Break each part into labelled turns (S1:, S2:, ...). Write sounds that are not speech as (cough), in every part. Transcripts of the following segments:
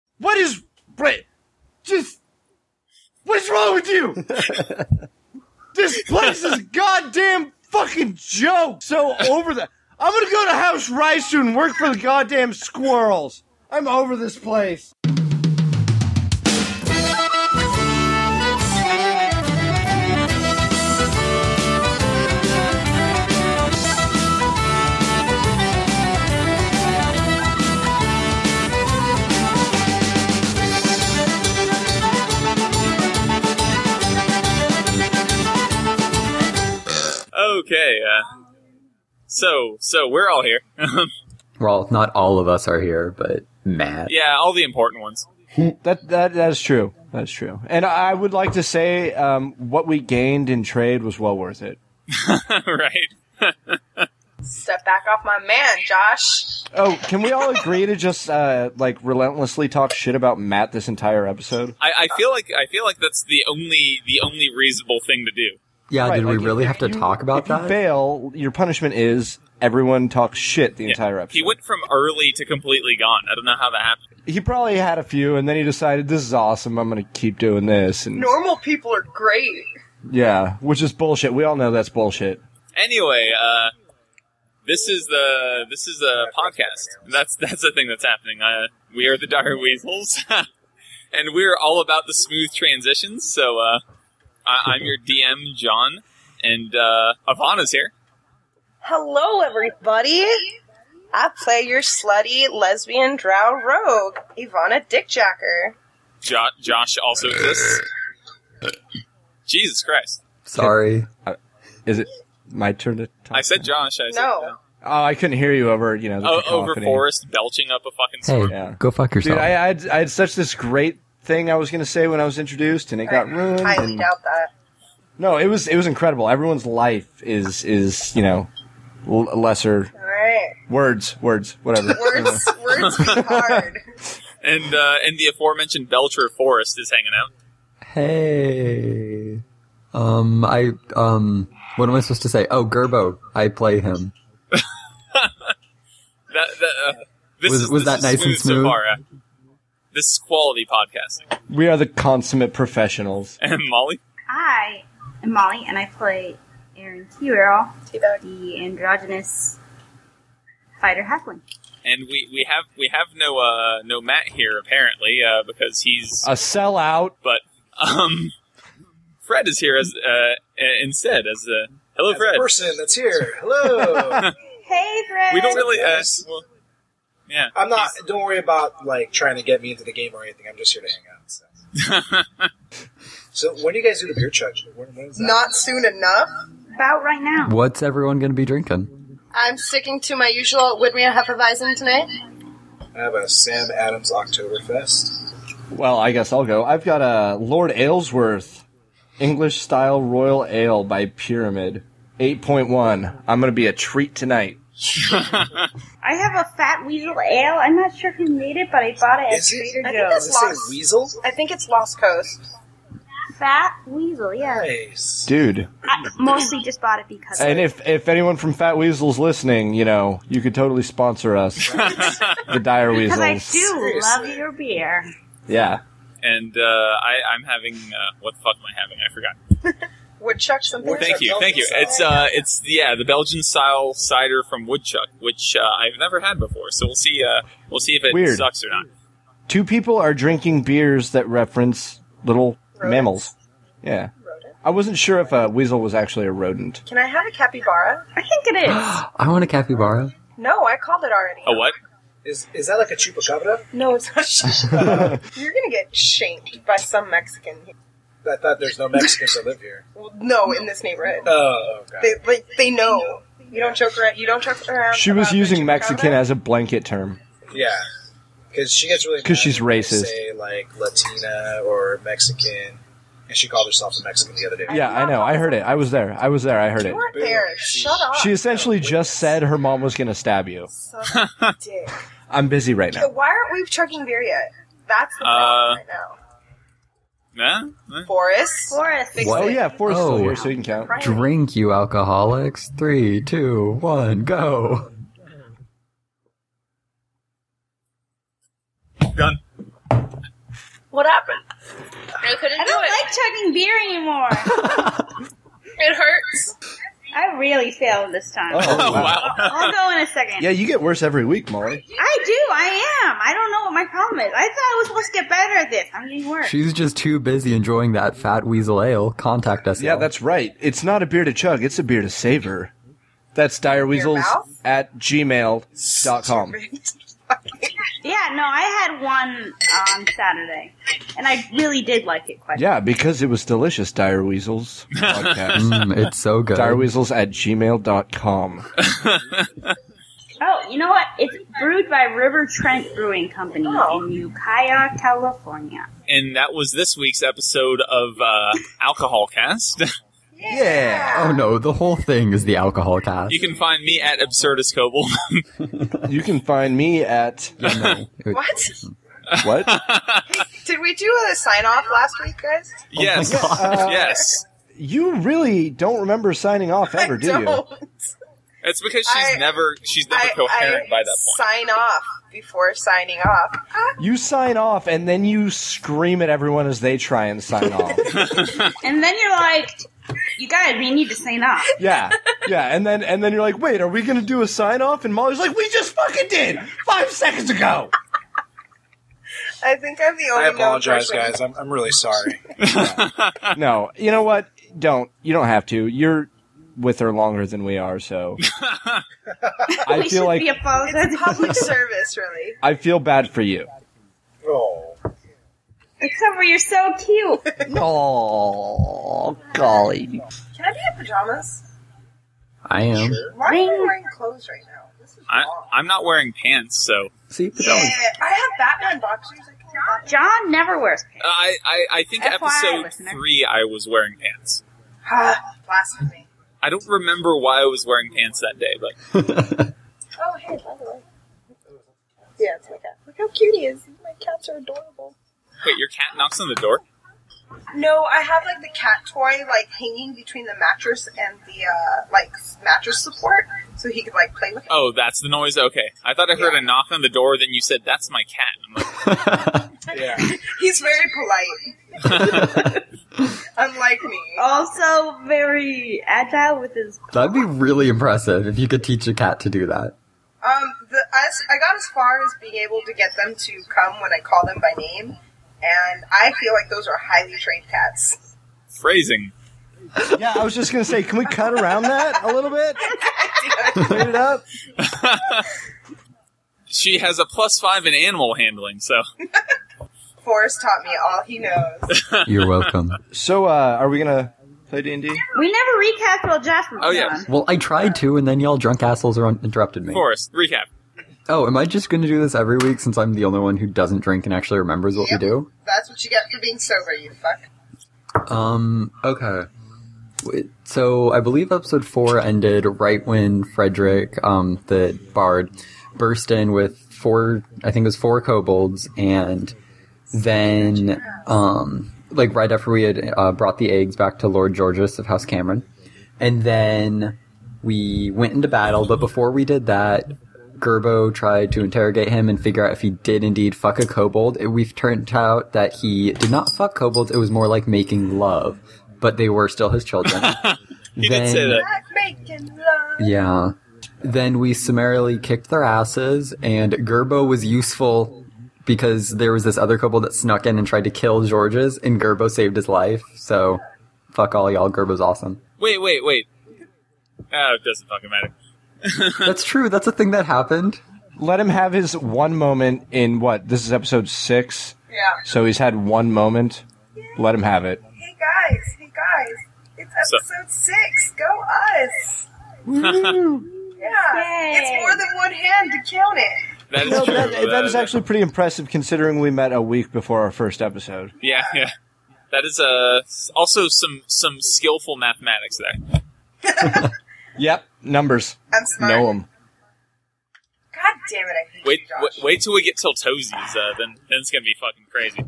S1: (laughs) you. this place is goddamn fucking joke. So over the. I'm gonna go to House Rice soon and work for the goddamn squirrels. I'm over this place.
S2: Okay, uh, so so we're all here.
S3: Well, not all of us are here, but Matt.
S2: yeah, all the important ones. (laughs)
S1: That that that's true. That's true. And I would like to say um, what we gained in trade was well worth it.
S2: right?
S4: Step back off my man, Josh.
S1: Oh, can we all agree to just uh, like relentlessly talk shit about Matt this entire episode?
S2: I, I feel like I feel like that's the only the only reasonable thing to do.
S3: Yeah,
S1: Right,
S3: did we
S1: like,
S3: really
S1: if
S3: have to
S1: you-
S3: talk about
S1: if
S3: that?
S1: you fail, your punishment is everyone talks shit the entire episode.
S2: He went from early to completely gone. I don't know how that happened.
S1: He probably had a few, and then he decided this is awesome. I'm gonna keep doing this, and
S4: Normal people are great.
S1: yeah, which is bullshit. We all know that's bullshit.
S2: Anyway, uh, this is the this is a podcast. That's that's the thing that's happening. Uh, we are the Dire Weasels, (laughs) and we're all about the smooth transitions. So uh, I, I'm your DM, John, and uh, Ivana's here.
S4: Hello, everybody. I play your slutty lesbian drow rogue, Ivana Dickjacker.
S2: Jo- Josh also exists. Jesus Christ!
S3: Sorry.
S1: Is it my turn to? Talk
S2: I said Josh. I said
S4: No.
S1: Oh, I couldn't hear you over you know the
S2: O- over
S1: cacophony.
S2: Forrest belching up a fucking
S3: Hey,
S2: storm.
S1: Yeah.
S3: go fuck
S1: Dude,
S3: yourself.
S1: I, I, had, I had such this great thing I was gonna say when I was introduced, and it got ruined.
S4: I highly
S1: and-
S4: doubt that.
S1: No, it was it was incredible. Everyone's life is is you know l- lesser
S4: All right.
S1: words words whatever.
S4: Words,
S1: (laughs)
S4: words be hard.
S2: And uh, and the aforementioned belcher Forrest is hanging out.
S3: Hey. Um, I, um, what am I supposed to say? Oh, Gerbo. I play him.
S2: That, that, uh, this
S3: Was-
S2: is,
S3: was
S2: this
S3: that
S2: is
S3: nice and
S2: so
S3: smooth?
S2: far. uh, this is quality podcasting. (laughs)
S1: we are the consummate professionals.
S2: And Molly,
S5: Hi, I'm Molly, and I play Aaron Kirill,
S4: Teabag.
S5: the androgynous fighter halfling.
S2: and we, we have we have no uh, no Matt here apparently uh, because he's
S1: A sellout.
S2: but um, Fred is here as uh, i- instead as the hello
S6: The
S2: Fred.
S6: person that's here.
S1: (laughs)
S6: Hello.
S5: Hey, Fred.
S2: We don't really uh,
S6: Yes.
S2: well, yeah.
S6: I'm not. Don't worry about like trying to get me into the game or anything. I'm just here to hang out. So,
S1: (laughs)
S6: so when do you guys do the beer chug? When, when is that?
S4: Not soon enough.
S5: about right now.
S3: What's everyone going to be drinking? (gasps)
S4: I'm sticking to my usual Widmere Hefeweizen tonight.
S6: I have a Sam Adams Oktoberfest.
S1: Well, I guess I'll go. I've got a Lord Aylesworth English style Royal Ale by Pyramid, eight point one. I'm gonna be a treat tonight.
S5: I have a fat weasel ale. I'm not sure who made it, but I bought it at
S6: Is it-
S5: Trader
S4: I think
S5: Joe's.
S6: Does it say
S4: Lost.
S6: weasel?
S4: I think it's Lost Coast.
S5: Fat weasel, yeah.
S6: Nice.
S1: Dude,
S5: I mostly just bought it because.
S1: and if if anyone from Fat Weasel's listening, you know you could totally sponsor
S5: (laughs)
S1: us, the Dire Weasels.
S5: because I do love
S6: Seriously.
S5: your beer.
S1: Yeah,
S2: And uh, I, I'm having uh, what the fuck am I having? I forgot.
S4: Woodchuck something.
S2: Thank you, thank you. It's uh, it's yeah, the Belgian style cider from Woodchuck, which uh, I've never had before. So we'll see. Uh, we'll see if it
S1: Weird.
S2: sucks or not.
S1: two people are drinking beers that reference little
S4: Rodents.
S1: mammals. Yeah,
S4: Rodent.
S1: I wasn't sure if a weasel was actually a rodent.
S5: (laughs)
S4: Can I have a capybara?
S5: I think it is.
S3: I want a capybara.
S4: No, I called it already.
S2: A what?
S6: Is is that like a chupacabra?
S4: No, it's not. You're gonna get shanked by some Mexican. here.
S6: I thought there's no Mexicans that live here.
S4: Well, no, in this neighborhood,
S6: Oh, god.
S4: they like they know. You don't joke around. You don't joke around.
S1: She was
S4: about the
S1: using
S4: chupacabra.
S1: Mexican as a blanket term.
S6: Yeah. Because she gets really
S1: 'Cause
S6: mad
S1: she's
S6: when they
S1: racist.
S6: Say like Latina or Mexican, and she called herself a Mexican the other day.
S1: Yeah, I know. I heard it. I was there. I was there. I heard it.
S4: You weren't there. Shut up.
S1: She essentially just said her mom was going to stab you.
S4: Son of
S2: (laughs)
S4: a dick.
S1: I'm busy right
S4: So
S1: now.
S4: why aren't we chugging beer yet? That's the
S2: Uh,
S4: problem right now.
S2: Nah, nah.
S4: Forrest.
S5: Forest.
S4: Big
S3: What?
S1: Oh
S4: Sid.
S1: yeah, four still
S3: Oh.
S1: here, so you can count.
S5: Right.
S3: Drink, you alcoholics. Three, two, one, go.
S2: Done.
S4: What happened?
S7: I couldn't
S5: I
S7: do
S5: don't
S7: it.
S5: like chugging beer
S1: (laughs)
S5: anymore.
S7: it hurts.
S5: I really failed this time.
S1: Oh,
S2: Oh,
S1: wow.
S2: wow.
S5: I'll go in a second.
S1: Yeah, you get worse every week, Molly.
S5: I do. I am. I don't know what my problem is. I thought I was supposed to get better at this. I'm getting worse.
S3: She's just too busy enjoying that fat weasel ale. Contact us.
S1: Yeah,
S3: y'all.
S1: that's right. It's not a beer to chug, it's a beer to savor. That's direweasels
S4: mouth?
S1: at gmail.com.
S5: yeah, no, I had one on Saturday, and I really did like it quite.
S1: Yeah, because it was delicious, Dire Weasels podcast.
S3: Mm, it's so good.
S1: Direweasels at gmail.com.
S5: Oh, you know what? It's brewed by River Trent Brewing Company
S4: Oh.
S5: in Ukiah, California.
S2: And that was this week's episode of uh, Alcohol Cast. (laughs)
S1: Yeah.
S3: Oh no, the whole thing is the alcohol cast.
S2: you can find me at Absurdus (laughs) Coble.
S1: You can find me at.
S3: Yeah, no. It-
S4: (laughs) What?
S1: What?
S4: Did we do a sign off last week, guys?
S2: yes.
S4: Uh,
S2: yes.
S1: You really don't remember signing off ever,
S4: I
S1: do
S4: don't.
S1: you?
S2: It's because she's
S4: I-
S2: never she's never
S4: I,
S2: coherent
S4: I
S2: by that point.
S4: sign off before signing off. Ah,
S1: You sign off and then you scream at everyone as they try and
S4: (laughs)
S1: sign off.
S5: And then you're like, you guys, we need to sign off.
S1: yeah. Yeah, and then and then you're like, "Wait, are we going to do a sign off?" And Molly's like, "We just fucking did 5 seconds ago."
S4: I think I'm the only.
S6: I apologize,
S4: known person.
S6: guys. I'm, I'm really sorry.
S1: No, you know what? Don't. You don't have to. You're with her longer than we are, so I
S5: we
S1: feel
S5: should
S1: like
S5: be apologizing.
S4: It's public (laughs) service, really.
S1: I feel bad for you.
S6: Oh,
S5: (laughs) Except for you're so cute.
S1: Oh, golly.
S4: Can I be in pajamas?
S3: I am.
S4: Why am I wearing clothes right now? This is
S2: I,
S4: wrong.
S2: I'm not wearing pants, so uh,
S3: See,
S4: Yeah, I have Batman boxers. I can't have Batman.
S5: John never wears pants.
S2: I I, I think
S5: FYI,
S2: episode
S5: listener.
S2: three I was wearing pants.
S4: Ah, blasphemy.
S2: I don't remember why I was wearing pants that day, but
S4: Oh, hey, by the way. Yeah, it's my cat. Look how cute he is. My cats are adorable.
S2: wait, your cat knocks on the door.
S4: No, I have like the cat toy like hanging between the mattress and the uh, like mattress support, so he could like play with it.
S2: Oh, that's the noise. Okay, I thought I heard a knock on the door. Then you said, "That's my cat." I'm like,
S6: yeah.
S4: He's very polite, unlike me.
S5: Also very agile with his.
S3: that'd be really impressive if you could teach a cat to do that.
S4: Um, the, as, I got as far as being able to get them to come when I call them by name, and I feel like those are highly trained cats.
S2: phrasing.
S1: Yeah, I was just going to say, can we cut around that a little
S5: (laughs)
S1: bit? Clean it up?
S2: She has a plus five in animal handling, so
S4: Forrest taught me all he knows.
S3: You're welcome.
S1: So, uh, are we going to play D&D?
S5: We never recapped Will Jasper.
S2: Oh, yeah.
S5: John.
S3: well, I tried to, and then y'all drunk assholes are un- interrupted me.
S2: Forrest, recap.
S3: Oh, am I just going to do this every week since I'm the only one who doesn't drink and actually remembers what
S4: Yep.
S3: we do?
S4: That's what you get for being sober, you fuck.
S3: Um, okay. Wait, So I believe episode four ended right when Frederick, um, the bard, burst in with four, I think it was four kobolds, and then, um, like right after we had uh, brought the eggs back to Lord Georges of House Cameron, and then we went into battle, but before we did that, Gerbo tried to interrogate him and figure out if he did indeed fuck a kobold. It- We've turned out that he did not fuck kobolds, it was more like making love, but they were still his children.
S2: He did say that.
S4: Like making love.
S3: Yeah. Then we summarily kicked their asses, and Gerbo was useful because there was this other kobold that snuck in and tried to kill Georges, and Gerbo saved his life. So, fuck all y'all, Gerbo's awesome.
S2: Wait, wait, wait. Oh, it doesn't fucking matter.
S3: That's true, that's a thing that happened.
S1: Let him have his one moment in what? This is episode 6.
S4: Yeah.
S1: So he's had one moment. Let him have it.
S4: Hey guys, hey guys, it's
S2: So-
S4: episode six. Go us. (laughs) Yeah.
S5: Yay.
S4: It's more than one hand to count it.
S2: That is
S1: No,
S2: true.
S1: that, that is
S2: Uh,
S1: actually pretty impressive considering we met a week before our first episode.
S2: Yeah, yeah. That is uh, also some some skillful mathematics there.
S1: Yep, numbers.
S4: I'm smart.
S1: Know them.
S4: God damn it, I hate
S2: Wait,
S4: you, Josh.
S2: wait, wait till we get till toesies, uh, then then it's gonna be fucking crazy.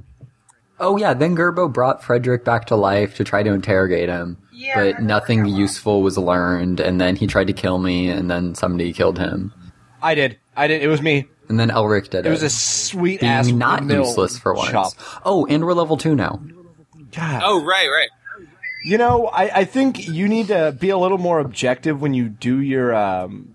S3: Oh, yeah, then Gerbo brought Frederick back to life to try to interrogate him,
S4: Yeah, I
S3: but
S4: remember
S3: nothing
S4: that one.
S3: useful was learned, and then he tried to kill me, and then somebody killed him.
S1: I did. I did. It was me.
S3: And then Elric did it.
S1: It was a sweet ass
S3: being not
S1: middle
S3: useless for once.
S1: Chop.
S3: Oh, and we're level two now.
S1: God.
S2: Oh, right, right.
S1: You know, I, I think you need to be a little more objective when you do your um,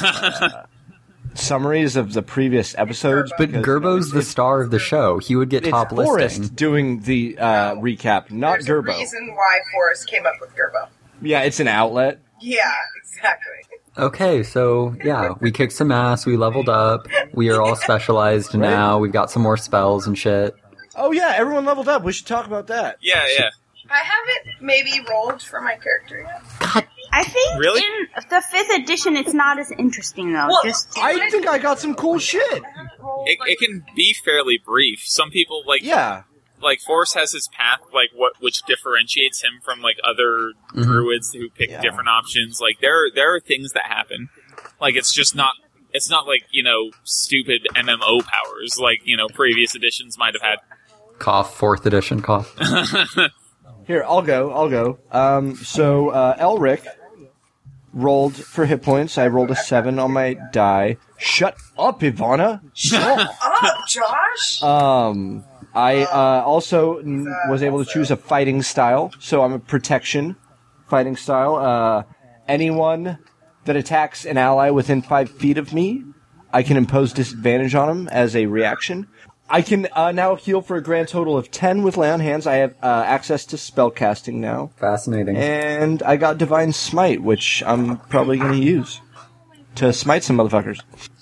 S1: uh, (laughs) summaries of the previous episodes.
S3: But
S1: because
S3: Gerbo's the star of the show. He would get
S1: it's
S3: top
S1: Forrest
S3: listing.
S1: doing the uh, recap, not
S4: There's a
S1: Gerbo.
S4: reason why Forrest came up with Gerbo.
S1: Yeah, it's an outlet.
S4: Yeah, exactly.
S3: Okay, so yeah, we kicked some ass. We leveled up.
S1: (laughs)
S3: We are all specialized now. We've got some more spells and shit.
S1: Oh yeah, everyone leveled up. We should talk about that.
S2: Yeah, yeah.
S4: I haven't maybe rolled for my character yet.
S5: I think
S2: Really?
S5: in the fifth edition, it's not as interesting though.
S7: Well,
S5: Just
S1: I think I got some cool shit.
S4: I haven't rolled.
S2: It,
S4: like,
S2: it can be fairly brief. Some people like
S1: Yeah,
S2: like Forrest has his path, like what which differentiates him from like other
S3: Mhm.
S2: druids who pick
S1: Mm-hmm. Yeah.
S2: different options. Like there there are things that happen. Like it's just not it's not like you know stupid MMO powers like you know previous editions might have had.
S3: Cough, fourth edition cough.
S1: here I'll go. I'll go. Um, so uh, Elric rolled for hit points. I rolled a seven on my die. Shut up, Ivana. Shut up.
S4: up, Josh.
S1: Um, I uh, also n- was able to choose a fighting style, so I'm a protection fighting style. Uh, anyone that attacks an ally within five feet of me, I can impose disadvantage on them as a reaction. I can uh, now heal for a grand total of ten with lay on hands. I have uh, access to spellcasting now,
S3: Fascinating.
S1: and I got divine smite, which I'm probably going to use to smite some motherfuckers.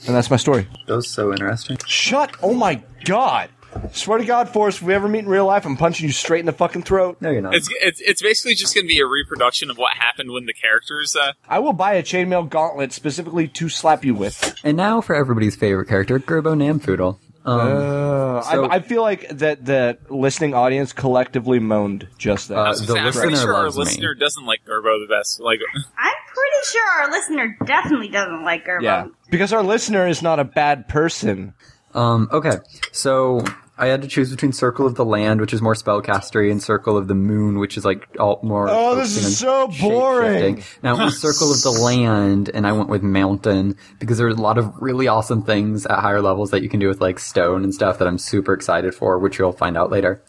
S1: And that's my story.
S3: That was so interesting.
S1: Shut! Oh my god! Swear to God, Forrest, if we ever meet in real life, I'm punching you straight in the fucking throat.
S3: No, you're
S2: (laughs)
S3: not.
S2: It's it's, it's basically just going to be a reproduction of what happened when the characters. Uh,
S1: I will buy a chainmail gauntlet specifically to slap you with.
S3: And now for everybody's favorite character, Gerbo Namfoodle. Um,
S1: Uh,
S3: so-
S1: I, I feel like that the listening audience collectively moaned just that.
S3: Uh,
S2: I was
S3: the
S2: gonna say, I'm pretty
S3: listener
S2: sure our
S3: loves me.
S2: listener doesn't like Gerbo the best. Like (laughs)
S5: I'm pretty sure our listener definitely doesn't like Gerbo.
S1: yeah, because our listener is not a bad person.
S3: Um, okay, so I had to choose between Circle of the Land, which is more spellcastery, and Circle of the Moon, which is like all more.
S1: Oh, this is
S3: open and
S1: so boring.
S3: shape-shifting. Now it was Circle
S1: (laughs)
S3: of the Land, and I went with Mountain because there's a lot of really awesome things at higher levels that you can do with like stone and stuff that I'm super excited for, which you'll find out later.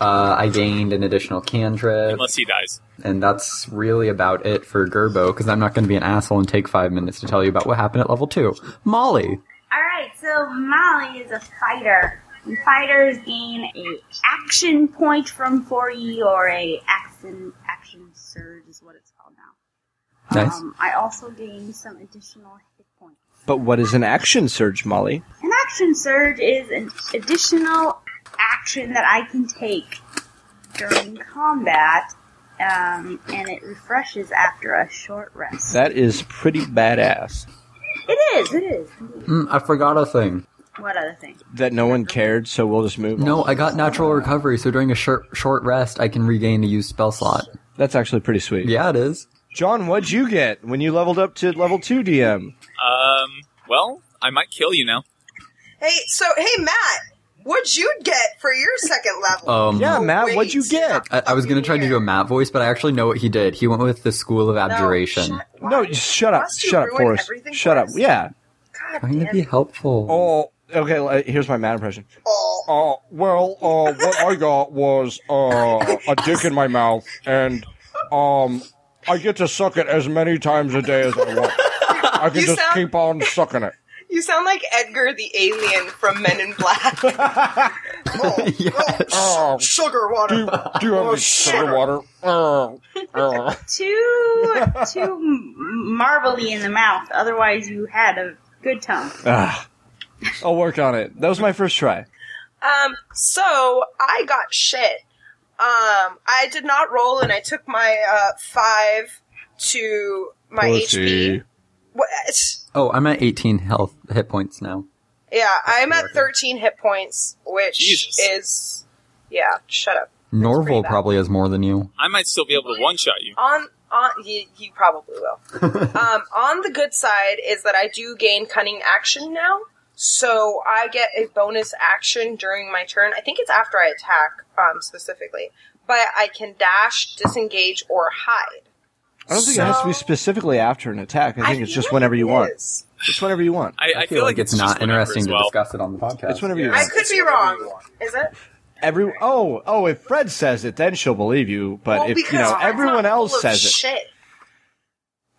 S3: Uh, I gained an additional cantrip,
S2: unless he dies.
S3: and that's really about it for Gerbo because I'm not going to be an asshole and take five minutes to tell you about what happened at level two. Molly,
S5: All right, so Molly is a fighter. And fighters gain a action point from 4E or a action action surge is what it's called now.
S3: nice.
S5: Um, I also gain some additional hit points.
S1: But what is an action surge, Molly?
S5: An action surge is an additional action that I can take during combat, um, and it refreshes after a short rest.
S1: That is pretty badass.
S5: It is. It is.
S3: Mm, I forgot a thing.
S5: What other thing?
S1: That no one cared, so we'll just move.
S3: No,
S1: on.
S3: I got natural recovery, so during a short, short rest, I can regain a used spell slot.
S1: that's actually pretty sweet.
S3: Yeah, it is.
S1: John, what'd you get when you leveled up to level two DM?
S2: Um, well, I might kill you now.
S4: hey, so hey, Matt, what'd you get for your second level? Oh,
S3: Um,
S1: Yeah, Matt,
S4: wait,
S1: what'd you get?
S3: I, I was gonna try to do a Matt voice, but I actually know what he did. He went with the School of Abjuration.
S1: No, just shut up.
S4: Must you
S1: Shut up,
S4: ruin
S1: Forrest.
S4: everything
S1: Shut
S4: for
S1: up.
S4: us?
S1: Yeah.
S3: Trying to be helpful.
S1: Oh, okay. l- Here's my mad impression.
S4: Oh,
S1: Uh, well, uh, what I got was uh, a dick in my mouth, and um, I get to suck it as many times a day as I want. I can
S4: You
S1: just
S4: sound-
S1: keep on sucking it.
S4: you sound like Edgar the alien from Men in Black.
S1: (laughs)
S4: (laughs) oh,
S3: Yes.
S4: oh, sugar water.
S1: Do, do
S4: Oh,
S1: you have any sugar water? Uh, uh.
S5: Too too m- marbly in the mouth. Otherwise, you had a good tongue.
S1: Ah, I'll work on it. That was my first try.
S4: Um, so I got shit. Um, I did not roll, and I took my uh, five to my HP. What?
S3: Oh, I'm at 18 health hit points now.
S4: Yeah, I'm at 13 hit points, which
S2: Jesus.
S4: is yeah. Shut up.
S3: Norval
S4: bad.
S3: probably has more than you.
S2: I might still be able to one shot you.
S4: On on you, you
S1: (laughs)
S4: probably will. um, on the good side is that I do gain cunning action now, so I get a bonus action during my turn. I think it's after I attack um, specifically, but I can dash, disengage, or hide.
S1: I don't think it has to be
S4: So-
S1: specifically after an attack. I think it's just whenever you want.
S4: is.
S1: It's whenever you want.
S2: I, I, feel, like,
S3: it's,
S2: just
S3: not
S2: whenever
S3: interesting
S2: as well.
S3: to discuss it on the podcast.
S1: It's whenever you
S4: I
S1: want.
S4: could be wrong. Is it?
S1: every oh oh if Fred says it, then she'll believe you. But
S4: Well,
S1: if you
S4: because
S1: know
S4: Fred's
S1: everyone
S4: not full
S1: else
S4: of
S1: says it,
S4: shit.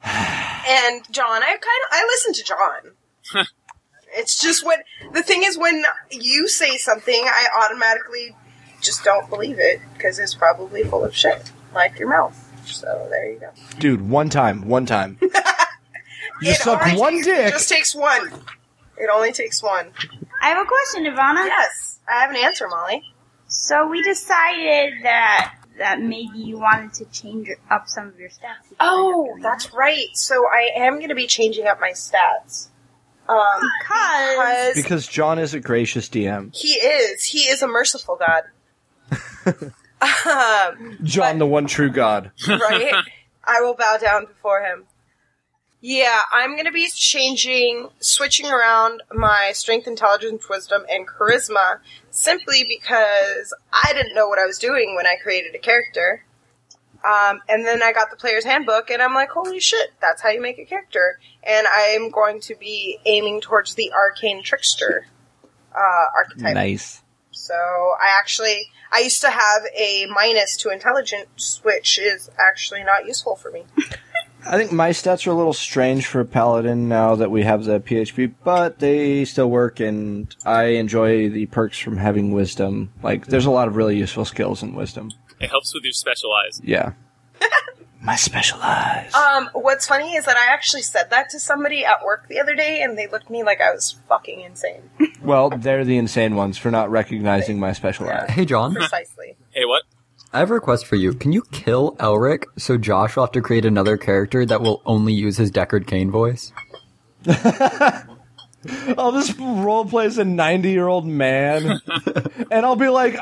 S4: and John, I kind of I listen to John. (laughs) it's just when the thing is when you say something, I automatically just don't believe it because it's probably full of shit, like your mouth. So there you go.
S1: dude, one time, one time, you
S4: It
S1: suck
S4: only
S1: one
S4: takes-
S1: dick.
S4: It just takes one. It only takes one.
S5: I have a question, Ivana.
S4: Yes, I have an answer, Molly.
S5: So we decided that that maybe you wanted to change up some of your stats. You ended up
S4: Oh,
S5: doing
S4: that's right. So I am going to be changing up my stats. Um,
S5: Because-
S4: because
S1: because John is a gracious DM.
S4: he is. He is a merciful God. um,
S1: John, the one true God.
S4: right? I will bow down before him. Yeah, I'm going to be changing, switching around my strength, intelligence, wisdom, and charisma simply because I didn't know what I was doing when I created a character. Um, and then I got the player's handbook, and I'm like, holy shit, that's how you make a character. And I'm going to be aiming towards the arcane trickster uh, archetype.
S1: Nice.
S4: So I actually I used to have a minus to intelligence, which is actually not
S3: (laughs)
S4: useful for me.
S1: I think my stats are a little strange for Paladin now that we have the PHP, but they still work, and I enjoy the perks from having wisdom. Like, there's a lot of really useful skills in wisdom.
S2: It helps with your specialized.
S1: Yeah. my specialize.
S4: Um, what's funny is that I actually said that to somebody at work the other day, and they looked at me like I was
S3: (laughs)
S4: fucking insane.
S1: well, they're the insane ones for not recognizing my specialize.
S3: Hey,
S4: (laughs)
S3: John,
S4: Precisely.
S2: Hey, what?
S3: I have a request for you. Can you kill Elric so Josh will have to create another character that will only use his Deckard Kane voice?
S1: I'll just role play as a 90 year old man, and I'll be like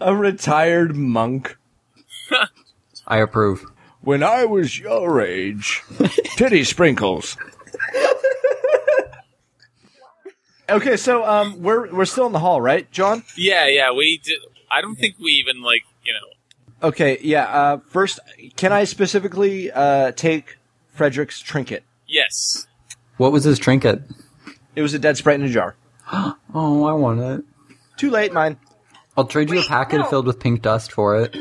S1: a retired monk.
S3: I approve.
S1: When I was your age, titty sprinkles. okay, so um, we're we're still in the hall, right, John?
S2: Yeah, yeah. We. Did, I don't think we even like you know.
S1: Okay, yeah. Uh, first, can I specifically uh, take Frederick's trinket?
S2: Yes.
S3: What was his trinket?
S1: It was a dead sprite in a jar.
S3: Oh, I want it.
S1: Too late, mine.
S3: I'll trade you a
S4: Wait,
S3: packet
S4: no.
S3: filled with pink dust for it.
S4: Uh,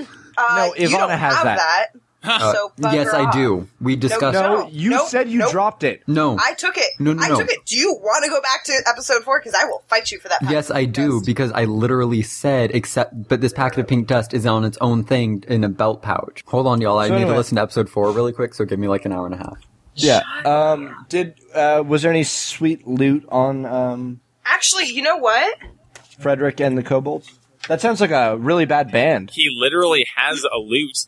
S1: No,
S4: you
S1: Ivana
S4: don't
S1: has
S4: have
S1: that.
S4: that.
S3: (laughs) Uh,
S4: so bugger
S3: yes, I
S4: off.
S3: do. We discussed.
S1: No,
S4: No,
S1: you
S4: nope,
S1: said you
S4: nope.
S1: dropped it.
S3: No.
S4: I took it.
S3: No, no,
S4: I
S3: no.
S4: took it. Do you want to go back to episode four? Because I will fight you for that.
S3: yes, I do because I literally said except but this packet of pink dust is on its own thing in a belt pouch. Hold on, y'all. I
S1: So
S3: need
S1: anyway.
S3: to listen to episode 4 really quick, so give me like an hour and a half.
S1: Yeah. Um. Did uh, was there any sweet loot on um
S4: Actually, you know what?
S1: Frederick and the Kobolds? That sounds like a really bad band.
S2: He literally has a loot.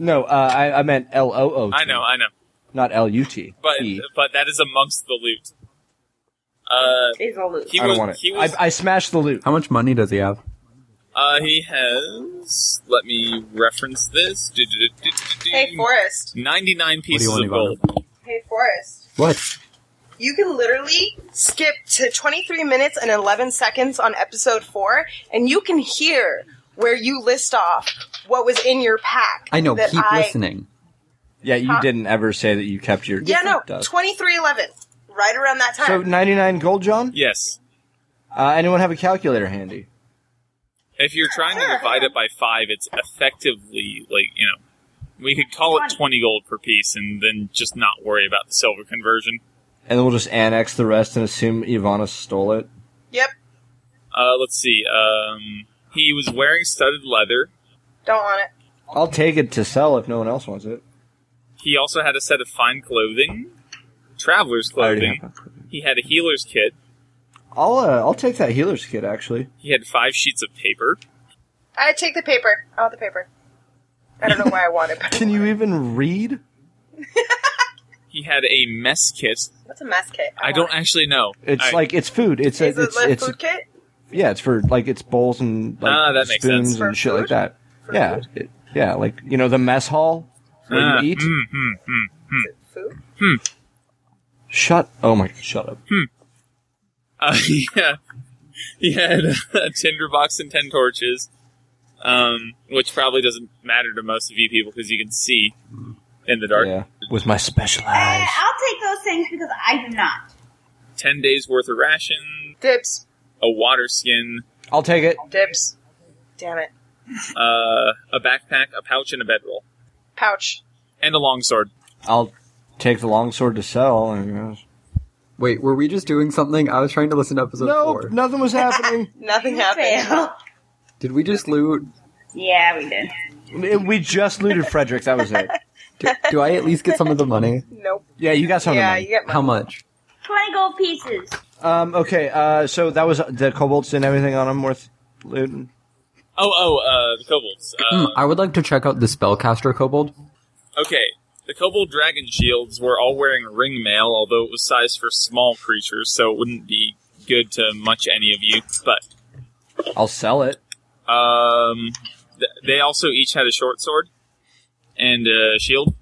S1: No, uh, I, I meant L O O.
S2: I know. I know.
S1: not L U T.
S2: But
S1: E.
S2: but that is amongst the loot. Uh,
S5: it. Is a loop.
S2: he
S1: I
S2: was.
S1: don't want it.
S2: He was.
S1: I, I smashed the loot.
S3: How much money does he have?
S2: uh, he has. Let me reference this. Do, do, do, do, do, do.
S4: Hey, Forrest.
S2: Ninety-nine
S3: What do
S2: pieces
S3: you want,
S2: of gold.
S3: Ivana?
S4: Hey, Forrest.
S3: What?
S4: You can literally skip to 23 minutes and 11 seconds on episode 4, and you can hear where you list off what was in your pack.
S3: I know,
S4: that
S3: keep listening.
S1: Yeah, you
S4: Huh?
S1: didn't ever say that you kept your.
S4: Yeah, no,
S1: Does.
S4: 2311, right around that
S1: So
S4: time.
S1: ninety nine gold, John.
S2: Yes.
S1: Uh, anyone have a calculator handy?
S2: If you're trying to divide it by five, it's effectively like you know. We could call it twenty gold per piece, and then just not worry about the silver conversion.
S1: And then we'll just annex the rest and assume Ivana stole it.
S4: yep,
S2: Uh, let's see. Um, he was wearing studded leather.
S4: don't want it.
S1: I'll take it to sell if no one else wants it.
S2: He also had a set of fine clothing, traveler's
S1: I already
S2: clothing.
S1: have
S2: He had a healer's kit.
S1: that. I'll uh, I'll take that healer's kit actually.
S2: He had five sheets of paper.
S4: I take the paper. I want the paper. I don't know why I want it, but
S1: Can you even read?
S2: He had a mess kit.
S4: what's a mess kit?
S2: I don't
S4: want it.
S2: actually know.
S1: It's
S2: Alright.
S1: like it's food. It's a,
S4: Is it
S1: it's
S4: like
S1: it's
S4: food kit?
S1: yeah. It's for like it's bowls and like
S2: Ah, that makes
S1: spoons
S2: sense.
S1: and
S4: For
S1: shit like
S4: food?
S1: that. yeah, it- yeah. Like you know the mess hall where
S2: Ah,
S1: you eat.
S2: mm, mm, mm.
S4: Is it food?
S1: Shut. Oh my. Shut up.
S2: Uh, (laughs) yeah. He had a tinderbox and ten torches, um, which probably doesn't matter to most of you people because you can see in the dark.
S1: Yeah. With my special
S5: Eh,
S1: eyes.
S5: I'll take those things because I do not.
S2: Ten days worth of ration,
S4: Dibs.
S2: a water skin,
S1: I'll take it.
S4: Dibs. Damn it.
S2: Uh, a backpack, a pouch, and a bedroll,
S4: Pouch.
S2: and a longsword.
S1: I'll take the longsword to sell. And,
S3: Wait, were we just doing something? I was trying to listen to episode
S1: nope,
S3: four.
S1: nothing was (laughs) happening.
S4: Nothing
S5: You
S4: happened. (laughs)
S5: fail.
S3: Did we just loot?
S5: Yeah, we did.
S1: we just looted Frederick. That was it.
S3: Do, do I at least get some of the money?
S4: Nope.
S1: Yeah, you got something.
S4: yeah, you get
S3: How much?
S5: 20 gold pieces.
S1: Um, okay, uh, so that was the kobolds didn't have anything on them worth looting.
S2: Oh, oh, uh, the kobolds. Uh,
S3: Hmm, I would like to check out the spellcaster kobold.
S2: Okay, the kobold dragon shields were all wearing ring mail, although it was sized for small creatures, so it wouldn't be good to much any of you. But
S1: I'll sell it.
S2: um, th- they also each had a short sword and a shield.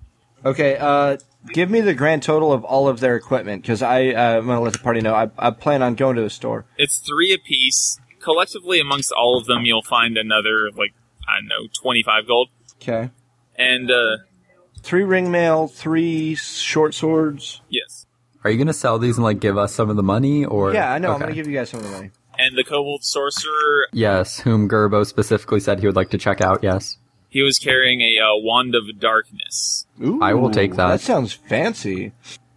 S1: Okay, uh, give me the grand total of all of their equipment because I uh, I'm gonna let the party know I, I plan on going to the store.
S2: It's three apiece. Collectively, amongst all of them, you'll find another like I don't know, twenty-five gold.
S1: Okay,
S2: And uh,
S1: three ring mail, three short swords.
S2: yes,
S3: Are you gonna sell these and like give us some of the money? Or
S1: yeah, I know. I'm
S3: Okay.
S1: gonna give you guys some of the money.
S2: and the kobold sorcerer,
S3: Yes, whom Gerbo specifically said he would like to check out. Yes,
S2: he was carrying a uh, wand of darkness.
S1: Ooh,
S3: I will take that.
S1: That sounds fancy.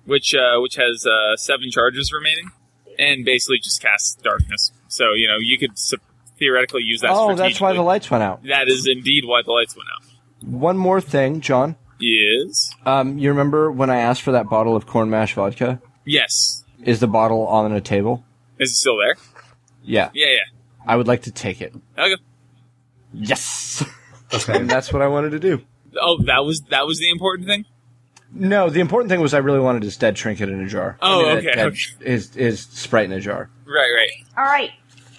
S2: which uh, which has uh, seven charges remaining, and basically just casts darkness. So you know you could s theoretically use that.
S1: oh, that's why the
S2: strategically.
S1: lights went out.
S2: that is indeed why the lights went out.
S1: One more thing, John.
S2: Yes,
S1: Um, you remember when I asked for that bottle of corn mash vodka?
S2: yes,
S1: Is the bottle on a table?
S2: is it still there?
S1: Yeah,
S2: Yeah, yeah.
S1: I would like to take it.
S2: Okay.
S1: Yes. (laughs) and that's what I wanted to do.
S2: Oh, that was that was the important thing.
S1: No, the important thing was I really wanted his dead trinket in a jar.
S2: Oh,
S1: I mean,
S2: okay,
S1: dead-
S2: okay.
S1: His, his sprite in a jar.
S2: Right, right.
S5: All right.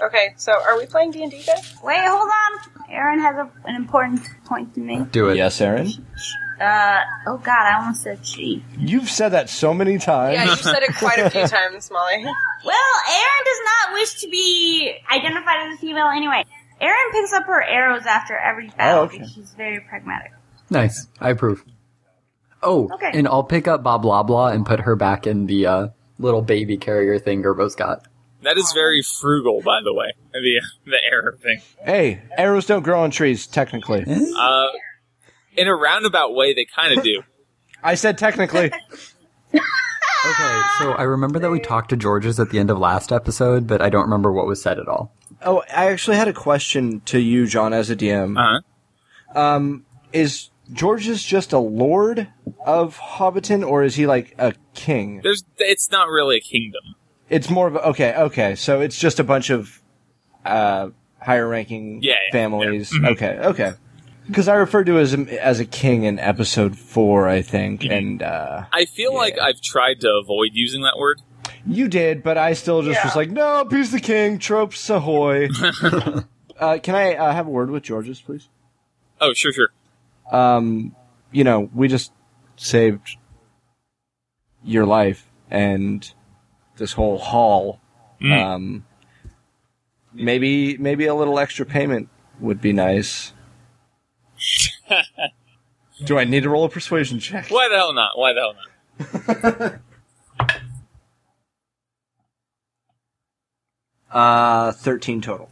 S4: Okay, so are we playing D and D guys?
S5: Wait, hold on. Aaron has a, an important point to make.
S3: do it.
S1: Yes, Aaron.
S5: Uh, oh god, I almost said she.
S1: You've said that so many (laughs) times.
S4: Yeah, you said it quite a few times, Molly.
S5: Well, Aaron does not wish to be identified as a female anyway. Erin picks up her arrows after every battle
S1: Oh, okay.
S5: because she's very pragmatic.
S3: Nice. I approve. Oh,
S5: Okay.
S3: and I'll pick up Bob Loblaw and put her back in the uh, little baby carrier thing Gerbo's got.
S2: That is very frugal, by the way. The the error thing.
S1: Hey, arrows don't grow on trees, technically.
S2: Uh, in a roundabout way, they kind of do.
S1: I said
S4: (laughs)
S1: technically.
S3: Okay, so I remember that we talked to Georges at the end of last episode, but I don't remember what was said at all.
S1: oh, I actually had a question to you, John, as a DM.
S2: Uh huh.
S1: Is George's just a lord of Hobbiton, or is he like a king?
S2: There's. It's not really a kingdom.
S1: It's more of a, okay, okay. So it's just a bunch of uh, higher-ranking
S2: Yeah, Mm-hmm. yeah,
S1: families. Okay, okay. Because I referred to as as a king in episode four, I think,
S2: Mm-hmm.
S1: and uh,
S2: I feel like I've tried to avoid using that word.
S1: you did, but I still just
S4: Yeah.
S1: was like, no, peace the king, tropes
S2: (laughs)
S1: ahoy. uh, can I uh, have a word with Georges, please?
S2: Oh, sure, sure.
S1: um, you know, we just saved your life and this whole haul. Um, maybe maybe a little extra payment would be nice. Do I need to roll a persuasion check?
S2: Why the hell not? Why the hell not?
S1: Uh, thirteen total.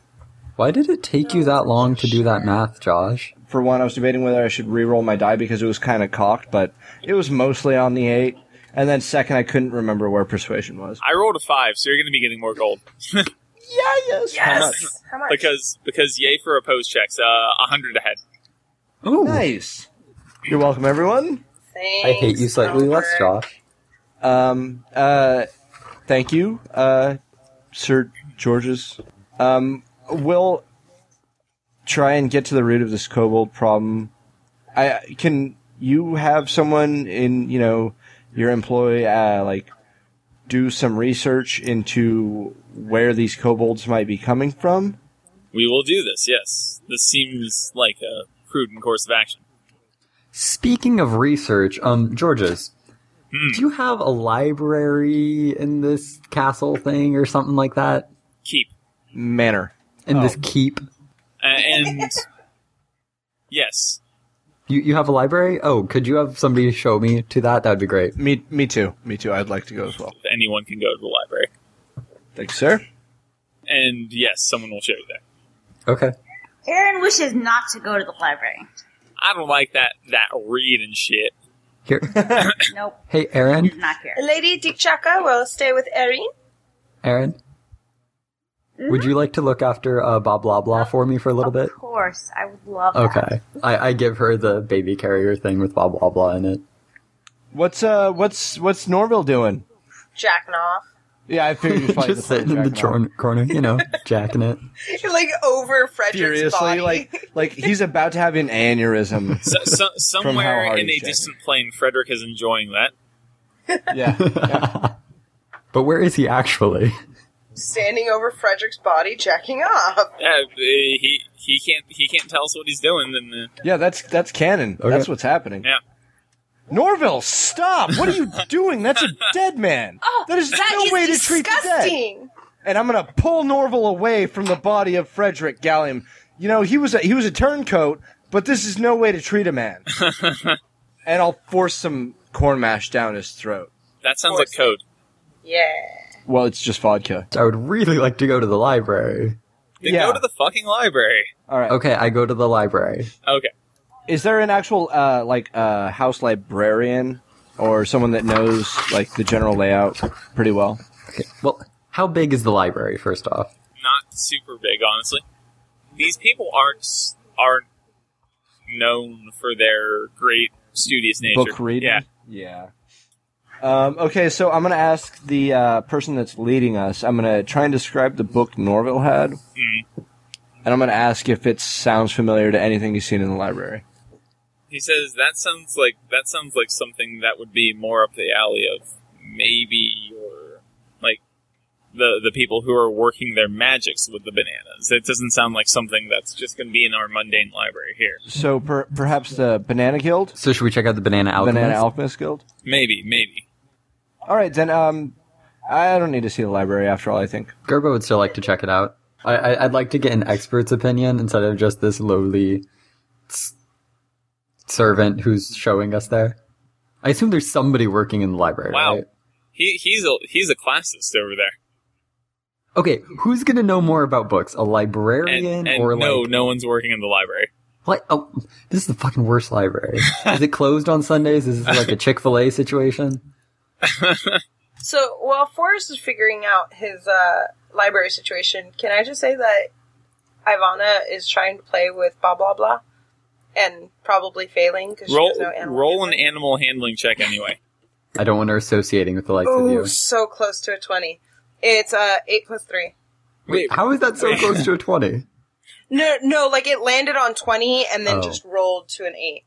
S3: Why did it take you that long to do that math, Josh?
S1: For one, I was debating whether I should re-roll my die because it was kind of cocked, but it was mostly on the eight. And then second, I couldn't remember where persuasion was.
S2: I rolled a five, so you're going to be getting more gold
S1: Yes. How much?
S4: How much?
S2: because because yay for opposed checks. Uh, a hundred ahead.
S3: Ooh,
S1: Nice. You're welcome, everyone.
S3: I hate you
S4: Thanks,
S3: slightly less,
S4: Albert.
S3: Josh.
S1: Um, uh, thank you, uh, Sir Georges. Um, we'll try and get to the root of this kobold problem. I can you have someone in you know your employ uh, like do some research into where these kobolds might be coming from.
S2: We will do this. Yes, this seems like a prudent course of action.
S3: Speaking of research, um, Georges, do you have a library in this castle thing or something like that?
S2: Keep
S1: Manner.
S3: In this keep?
S2: uh, and yes,
S3: You, you have a library? Oh, could you have somebody show me to that? That'd be great.
S1: Me, me too. Me too. I'd like to go as well.
S2: anyone can go to the library,
S1: Thanks, sir.
S2: and yes, someone will show you there.
S3: Okay.
S5: Aaron wishes not to go to the library.
S2: I don't like that that read and shit.
S3: Here.
S5: Nope,
S3: hey,
S5: he
S3: Aaron.
S5: (laughs) does not care.
S4: Lady Dichaka will stay with Erin.
S3: Aaron. Would you like to look after uh, Bob Loblaw for me for a little bit?
S5: Of course, I would love that.
S3: Okay. I, I give her the baby carrier thing with Bob Loblaw in it.
S1: What's uh what's what's Norville doing?
S4: Jacking off.
S1: Yeah, (laughs) I figured
S3: (laughs)
S1: he's probably
S3: Just sitting in the
S1: jack off.
S3: tron- corner, you know, jacking it.
S4: like over Frederick's
S1: Furiously,
S4: body.
S1: like like he's about to have an aneurysm. (laughs)
S2: So, so, somewhere
S1: hard
S2: in
S1: he's
S2: a
S1: checking.
S2: distant plane, Frederick is enjoying that.
S1: Yeah.
S3: But where is he actually?
S4: (laughs) standing over Frederick's body, jacking off.
S2: Yeah, Uh, he he can't he can't tell us what he's doing. Then uh,
S1: Yeah, that's that's canon.
S3: Okay.
S1: That's what's happening.
S2: yeah,
S1: Norville, stop! What are
S4: (laughs)
S1: you doing? That's a dead man. that is
S4: Oh, That
S1: no
S4: is
S1: way to treat the dead.
S4: disgusting.
S1: And I'm gonna pull Norville away from the body of Frederick Gallium. You know, he was a, he was a turncoat, but this is no way to treat a
S4: (laughs)
S1: man. and I'll force some corn mash down his throat.
S2: that sounds like code.
S4: Yeah.
S1: Well, it's just vodka.
S3: I would really like to go to the library.
S2: Then
S1: yeah.
S2: go to the fucking library.
S1: All right.
S3: Okay, I go to the library.
S2: Okay,
S1: Is there an actual uh, like uh, house librarian or someone that knows like the general layout pretty well?
S3: Well, how big is the library, first off?
S2: not super big, honestly. These people aren't s- aren't known for their great studious nature.
S1: book reading.
S2: Yeah,
S1: Yeah. Um, okay, so I'm going to ask the uh, person that's leading us. I'm going to try and describe the book Norville had,
S3: Mm-hmm.
S1: and I'm going to ask if it sounds familiar to anything he's seen in the library.
S2: he says that sounds like that sounds like something that would be more up the alley of maybe or like the the people who are working their magics with the bananas. It doesn't sound like something that's just going to be in our mundane library here.
S1: So per- perhaps the Banana Guild,
S3: So should we check out the banana alchemist?
S1: Banana Alchemist Guild.
S2: Maybe, maybe.
S1: All right, then. Um, I don't need to see the library after all. I think.
S3: Gerbo would still like to check it out. I, I, I'd like to get an expert's opinion instead of just this lowly s- servant who's showing us there. I assume there's somebody working in the library.
S2: Wow.
S3: Right?
S2: He he's a he's a classist over there.
S3: Okay, who's gonna know more about books? A librarian
S2: And, and
S3: or
S2: no,
S3: like
S2: no one's working in the library.
S3: What? Oh, this is the fucking worst library. is it closed on Sundays? Is this like a Chick Fil A situation?
S4: So while Forrest is figuring out his uh, library situation, can I just say that Ivana is trying to play with blah blah blah, and probably failing because she
S2: Roll
S4: has no animal.
S2: roll an animal handling check anyway. (laughs)
S3: I don't want her associating with the likes of
S4: Oh,
S3: you.
S4: so close to a twenty. It's uh eight plus three.
S3: Wait, how is
S1: (laughs)
S3: that so close to a twenty?
S4: No, no, like it landed on twenty and then
S3: Oh.
S4: just rolled to an eight.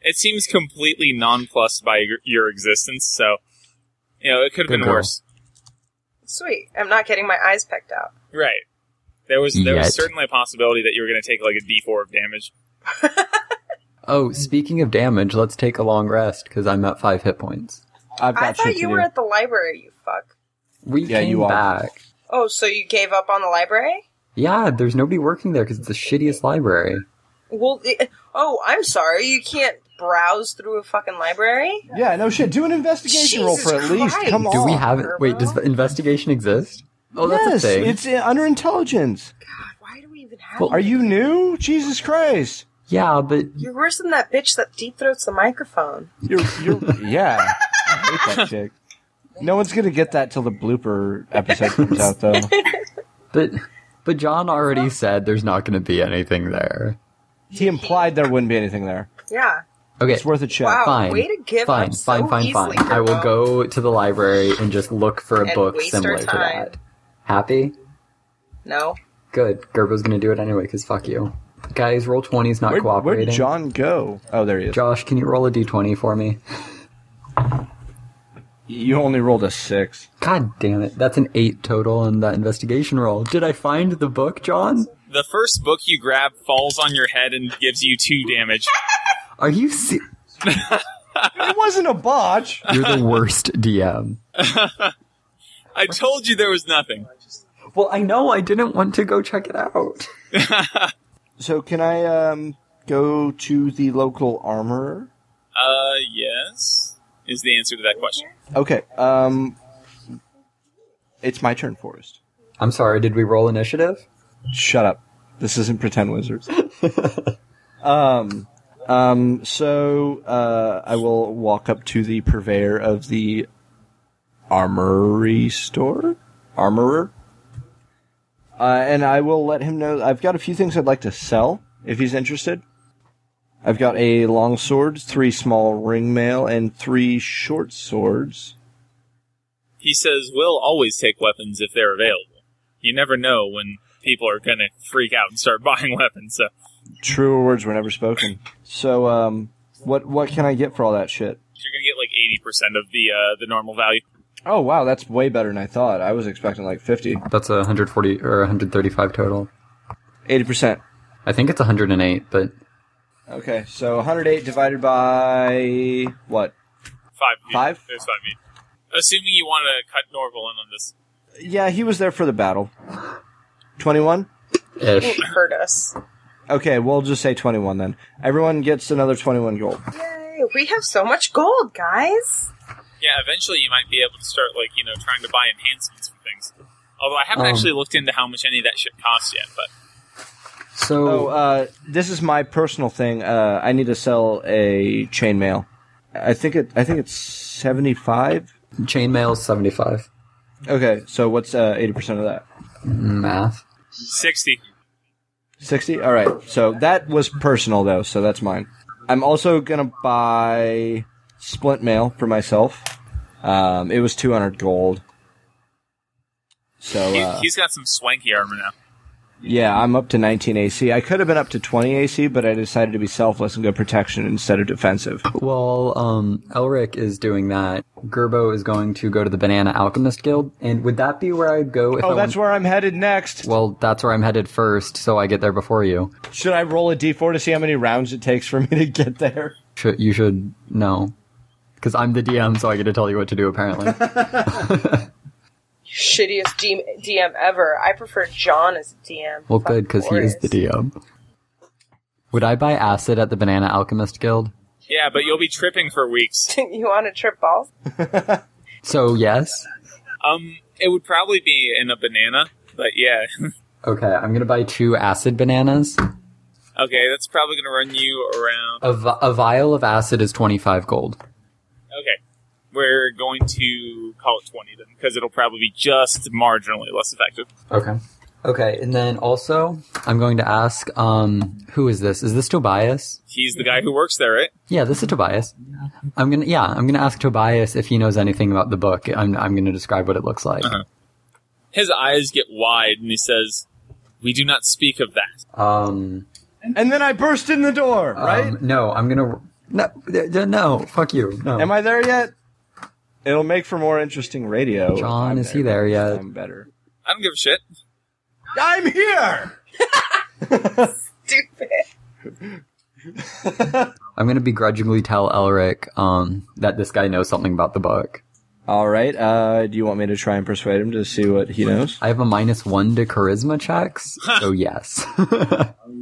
S2: It seems completely nonplussed by your, your existence, so you know it could have
S3: Good
S2: been
S3: girl.
S2: worse.
S4: Sweet. I'm not getting my eyes pecked out.
S2: Right. There was there
S3: Yet.
S2: was certainly a possibility that you were going to take like a D four of damage.
S3: Oh, speaking of damage, let's take a long rest because I'm at five hit points.
S1: I've got
S4: I thought
S1: shit
S4: you
S1: to
S4: were
S1: do.
S4: at the library. You fuck.
S3: We
S1: Yeah,
S3: came
S1: you are.
S3: back.
S4: Oh, so you gave up on the library?
S3: Yeah, there's nobody working there because it's the shittiest library.
S4: Well, i oh, I'm sorry. You can't browse through a fucking library.
S1: Yeah, no shit. Do an investigation roll
S4: Jesus
S1: for at least.
S4: Christ.
S1: Come
S4: Do
S1: on.
S3: Do we have it?
S4: Gerbo.
S3: Wait, does the investigation exist? Oh,
S1: Oh. yes,
S3: that's a thing.
S1: it's uh, under intelligence.
S4: Why do we even have?
S3: Well,
S1: Are you new? Jesus Christ!
S3: Yeah, but
S4: You're worse than that bitch that deep throats the microphone.
S1: You're, you're, yeah. I hate
S3: (laughs)
S1: that chick. No one's gonna get that till the blooper episode comes out, though.
S3: but but John already said there's not going to be anything there.
S1: He implied there wouldn't be anything there.
S4: Yeah.
S3: Okay,
S1: It's worth a check.
S4: Wow.
S3: fine.
S4: Oh, way to give
S3: fine,
S4: up so
S3: fine, fine,
S4: easily,
S3: fine. I will
S4: Gerbo.
S3: go to the library and just look for a
S4: And
S3: book
S4: waste
S3: similar
S4: our
S3: to
S4: time.
S3: that. Happy?
S4: No.
S3: Good. Gerbo's gonna do it anyway, because fuck you. Guys, roll 20's not
S1: Where'd, where'd
S3: cooperating.
S1: John go? Oh, there he is.
S3: Josh, can you roll a d20 for me?
S1: You only rolled a six.
S3: God damn it. That's an 8 total on that investigation roll. Did I find the book, John?
S2: The first book you grab falls on your head and gives you two damage.
S3: Are you se-
S1: It wasn't a botch.
S3: You're
S1: (laughs)
S3: the worst DM.
S2: I told you there was nothing.
S3: Well, I know I didn't want to go check it out.
S1: So can I um go to the local armorer?
S2: Uh, yes is the answer to that question.
S1: Okay. Um, it's my turn, Forrest.
S3: I'm sorry, did we roll initiative?
S1: Shut up. This isn't Pretend Wizards. um, um, so uh, I will walk up to the purveyor of the armory store, armorer, uh, and I will let him know. I've got a few things I'd like to sell if he's interested. I've got a long sword, three small ring mail, and three short swords.
S2: He says we'll always take weapons if they're available. You never know when people are going to freak out and start (laughs) buying weapons. So
S1: Truer words were never spoken. So, um, what what can I get for all that shit?
S2: you're going to get like eighty percent of the uh, the normal value.
S1: Oh wow, that's way better than I thought. I was expecting like fifty.
S3: That's a 140 or 135 total.
S1: Eighty percent.
S3: I think it's 108,
S4: (laughs)
S3: but
S1: Okay, so 108 divided by what?
S2: Five. feet.
S1: Five?
S2: There's five feet. Assuming you want to cut Norval in on this.
S1: Yeah, he was there for the battle. 21?
S3: ish.
S4: Didn't hurt us.
S1: Okay, we'll just say 21 then. Everyone gets another 21 gold.
S4: Yay! We have so much gold, guys.
S2: Yeah, eventually you might be able to start like you know trying to buy enhancements for things. Although I haven't
S3: Um.
S2: actually looked into how much any of that shit costs yet, but
S3: So
S1: Oh, uh, this is my personal thing. Uh, I need to sell a chainmail. I think it. I think it's 75.
S3: chainmail 75.
S1: Okay, so what's uh, 80% of that?
S3: Math.
S2: sixty.
S1: 60? All right. So that was personal though, so that's mine. I'm also going to buy splint mail for myself. Um, it was 200 gold. So
S2: He,
S1: uh,
S2: he's got some swanky armor now.
S1: yeah, I'm up to 19 AC. I could have been up to 20 AC, but I decided to be selfless and go protection instead of defensive.
S3: While um, Elric is doing that, Gerbo is going to go to the Banana Alchemist Guild, and would that be where I'd go if I
S1: Oh, that's
S3: want-
S1: where I'm headed next.
S3: Well, that's where I'm headed first, so I get there before you.
S1: Should I roll a d4 to see how many rounds it takes for me to get there?
S3: Should, you should know. Because I'm the DM, so I get to tell you what to
S1: (laughs)
S3: do, apparently.
S4: Shittiest D- DM ever. I prefer John as a DM.
S3: well,
S4: Fuck
S3: good, because he is the
S4: Boris.
S3: DM. Would I buy acid at the Banana Alchemist Guild?
S2: Yeah, but you'll be tripping for weeks.
S4: (laughs) you want to trip balls?
S3: So, yes.
S2: Um, it would probably be in a banana, but yeah. (laughs)
S3: Okay, I'm going to buy two acid bananas.
S2: okay, that's probably going to run you around.
S3: A, vi- a vial of acid is 25 gold.
S2: Okay, we're going to call it twenty then, because it'll probably be just marginally less effective.
S3: Okay. Okay, and then also, I'm going to ask, um, who is this? Is this Tobias?
S2: He's the guy who works there, right?
S3: Yeah, this is Tobias. I'm gonna, yeah, I'm gonna ask Tobias if he knows anything about the book. I'm, I'm gonna describe what it looks like.
S1: Uh-huh.
S2: His eyes get wide, and he says, "We do not speak of that."
S3: Um,
S1: And then I burst in the door, right?
S3: Um, no, I'm gonna. No, th- th- no, fuck you. No.
S1: Am I there yet? It'll make for more interesting radio. if
S3: John,
S1: I'm
S3: is he there yet?
S1: I'm better.
S2: I don't give a shit.
S1: I'm here.
S4: Stupid.
S3: I'm gonna begrudgingly tell Elric um, that this guy knows something about the book.
S1: All right. Uh, do you want me to try and persuade him to see what he knows?
S3: I have a minus one to
S1: (laughs)
S3: charisma checks, so yes. (laughs)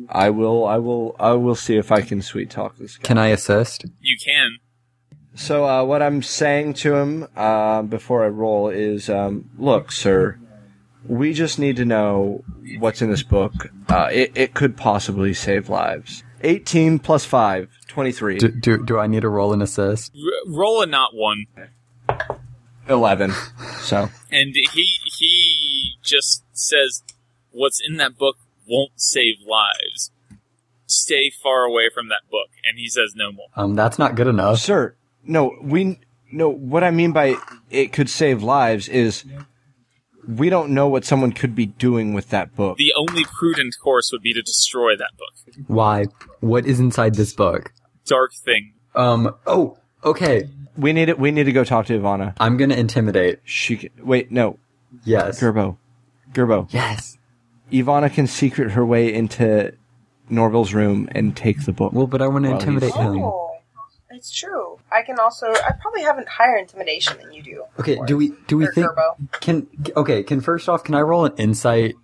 S1: I will. I will. I will see if I can sweet talk this guy.
S3: Can I assist?
S2: You can.
S1: So uh, what I'm saying to him um, before I roll is, um, look, sir, we just need to know what's in this book. Uh, it, it could possibly save lives. 18 plus 5, 23,
S3: Do, do, do I need to roll an assist?
S2: R- roll a not one,
S1: 11. So
S2: and he he just says, "What's in that book won't save lives. Stay far away from that book." And he says no more.
S3: Um, that's not good enough.
S1: sir no we no what i mean by it could save lives is we don't know what someone could be doing with that book
S2: The only prudent course would be to destroy that book.
S3: Why? What is inside this book?
S2: Dark thing.
S3: Um. Oh. Okay.
S1: we need it we need to go talk to ivana
S3: I'm gonna intimidate.
S1: she can, wait no
S3: Yes.
S1: gerbo gerbo
S3: Yes.
S1: ivana can secret her way into norville's room and take the book
S3: Well, but I want to
S1: Well,
S3: intimidate him.
S4: Oh, it's true. I can also. I probably have a higher intimidation than you do.
S3: Okay, do we do we
S4: Or
S3: think
S4: Gerbo.
S3: can okay, can first off can I roll an insight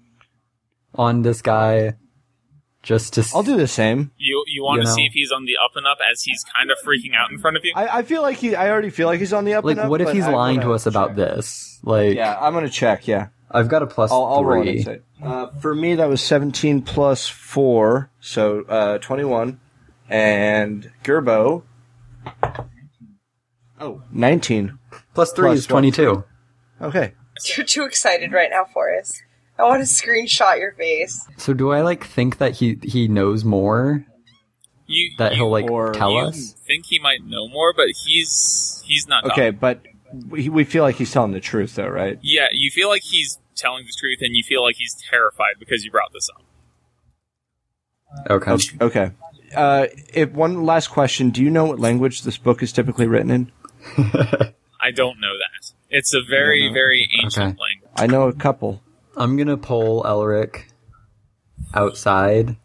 S3: on this guy just to s-
S1: i'll do the same
S2: You you want
S3: You
S2: to
S3: know.
S2: see if he's on the up and up as he's kind of freaking out in front of you.
S1: I, I feel like he i already feel like he's on the up
S3: like
S1: and up
S3: what if
S1: but
S3: he's
S1: I'm
S3: lying
S1: gonna
S3: to us about
S1: check.
S3: this? Like
S1: yeah i'm gonna check yeah
S3: I've got a plus
S1: I'll, I'll roll an
S3: three.
S1: insight. Uh, for me, that was 17 plus 4, so uh, 21. And Gerbo. Oh, 19.
S3: Plus three
S1: Plus
S3: is
S1: what?
S3: twenty-two.
S1: Okay.
S4: (laughs) You're too excited right now, Forrest. I want to screenshot your face.
S3: So do I like think that he he knows more
S2: You,
S3: that
S2: you
S3: he'll like
S1: Or-
S3: tell
S2: you
S3: us?
S2: think he might know more, but he's he's not.
S1: Okay,
S2: Okay.
S1: but we, we feel like he's telling the truth, though, right?
S2: Yeah, you feel like he's telling the truth, and you feel like he's terrified because you brought this up.
S3: Okay.
S1: Okay. Uh, if one last question, do you know what language this book is typically written in?
S2: I don't know that. It's a very very ancient
S3: Okay.
S2: language.
S1: I know a couple.
S3: I'm gonna pull Elric outside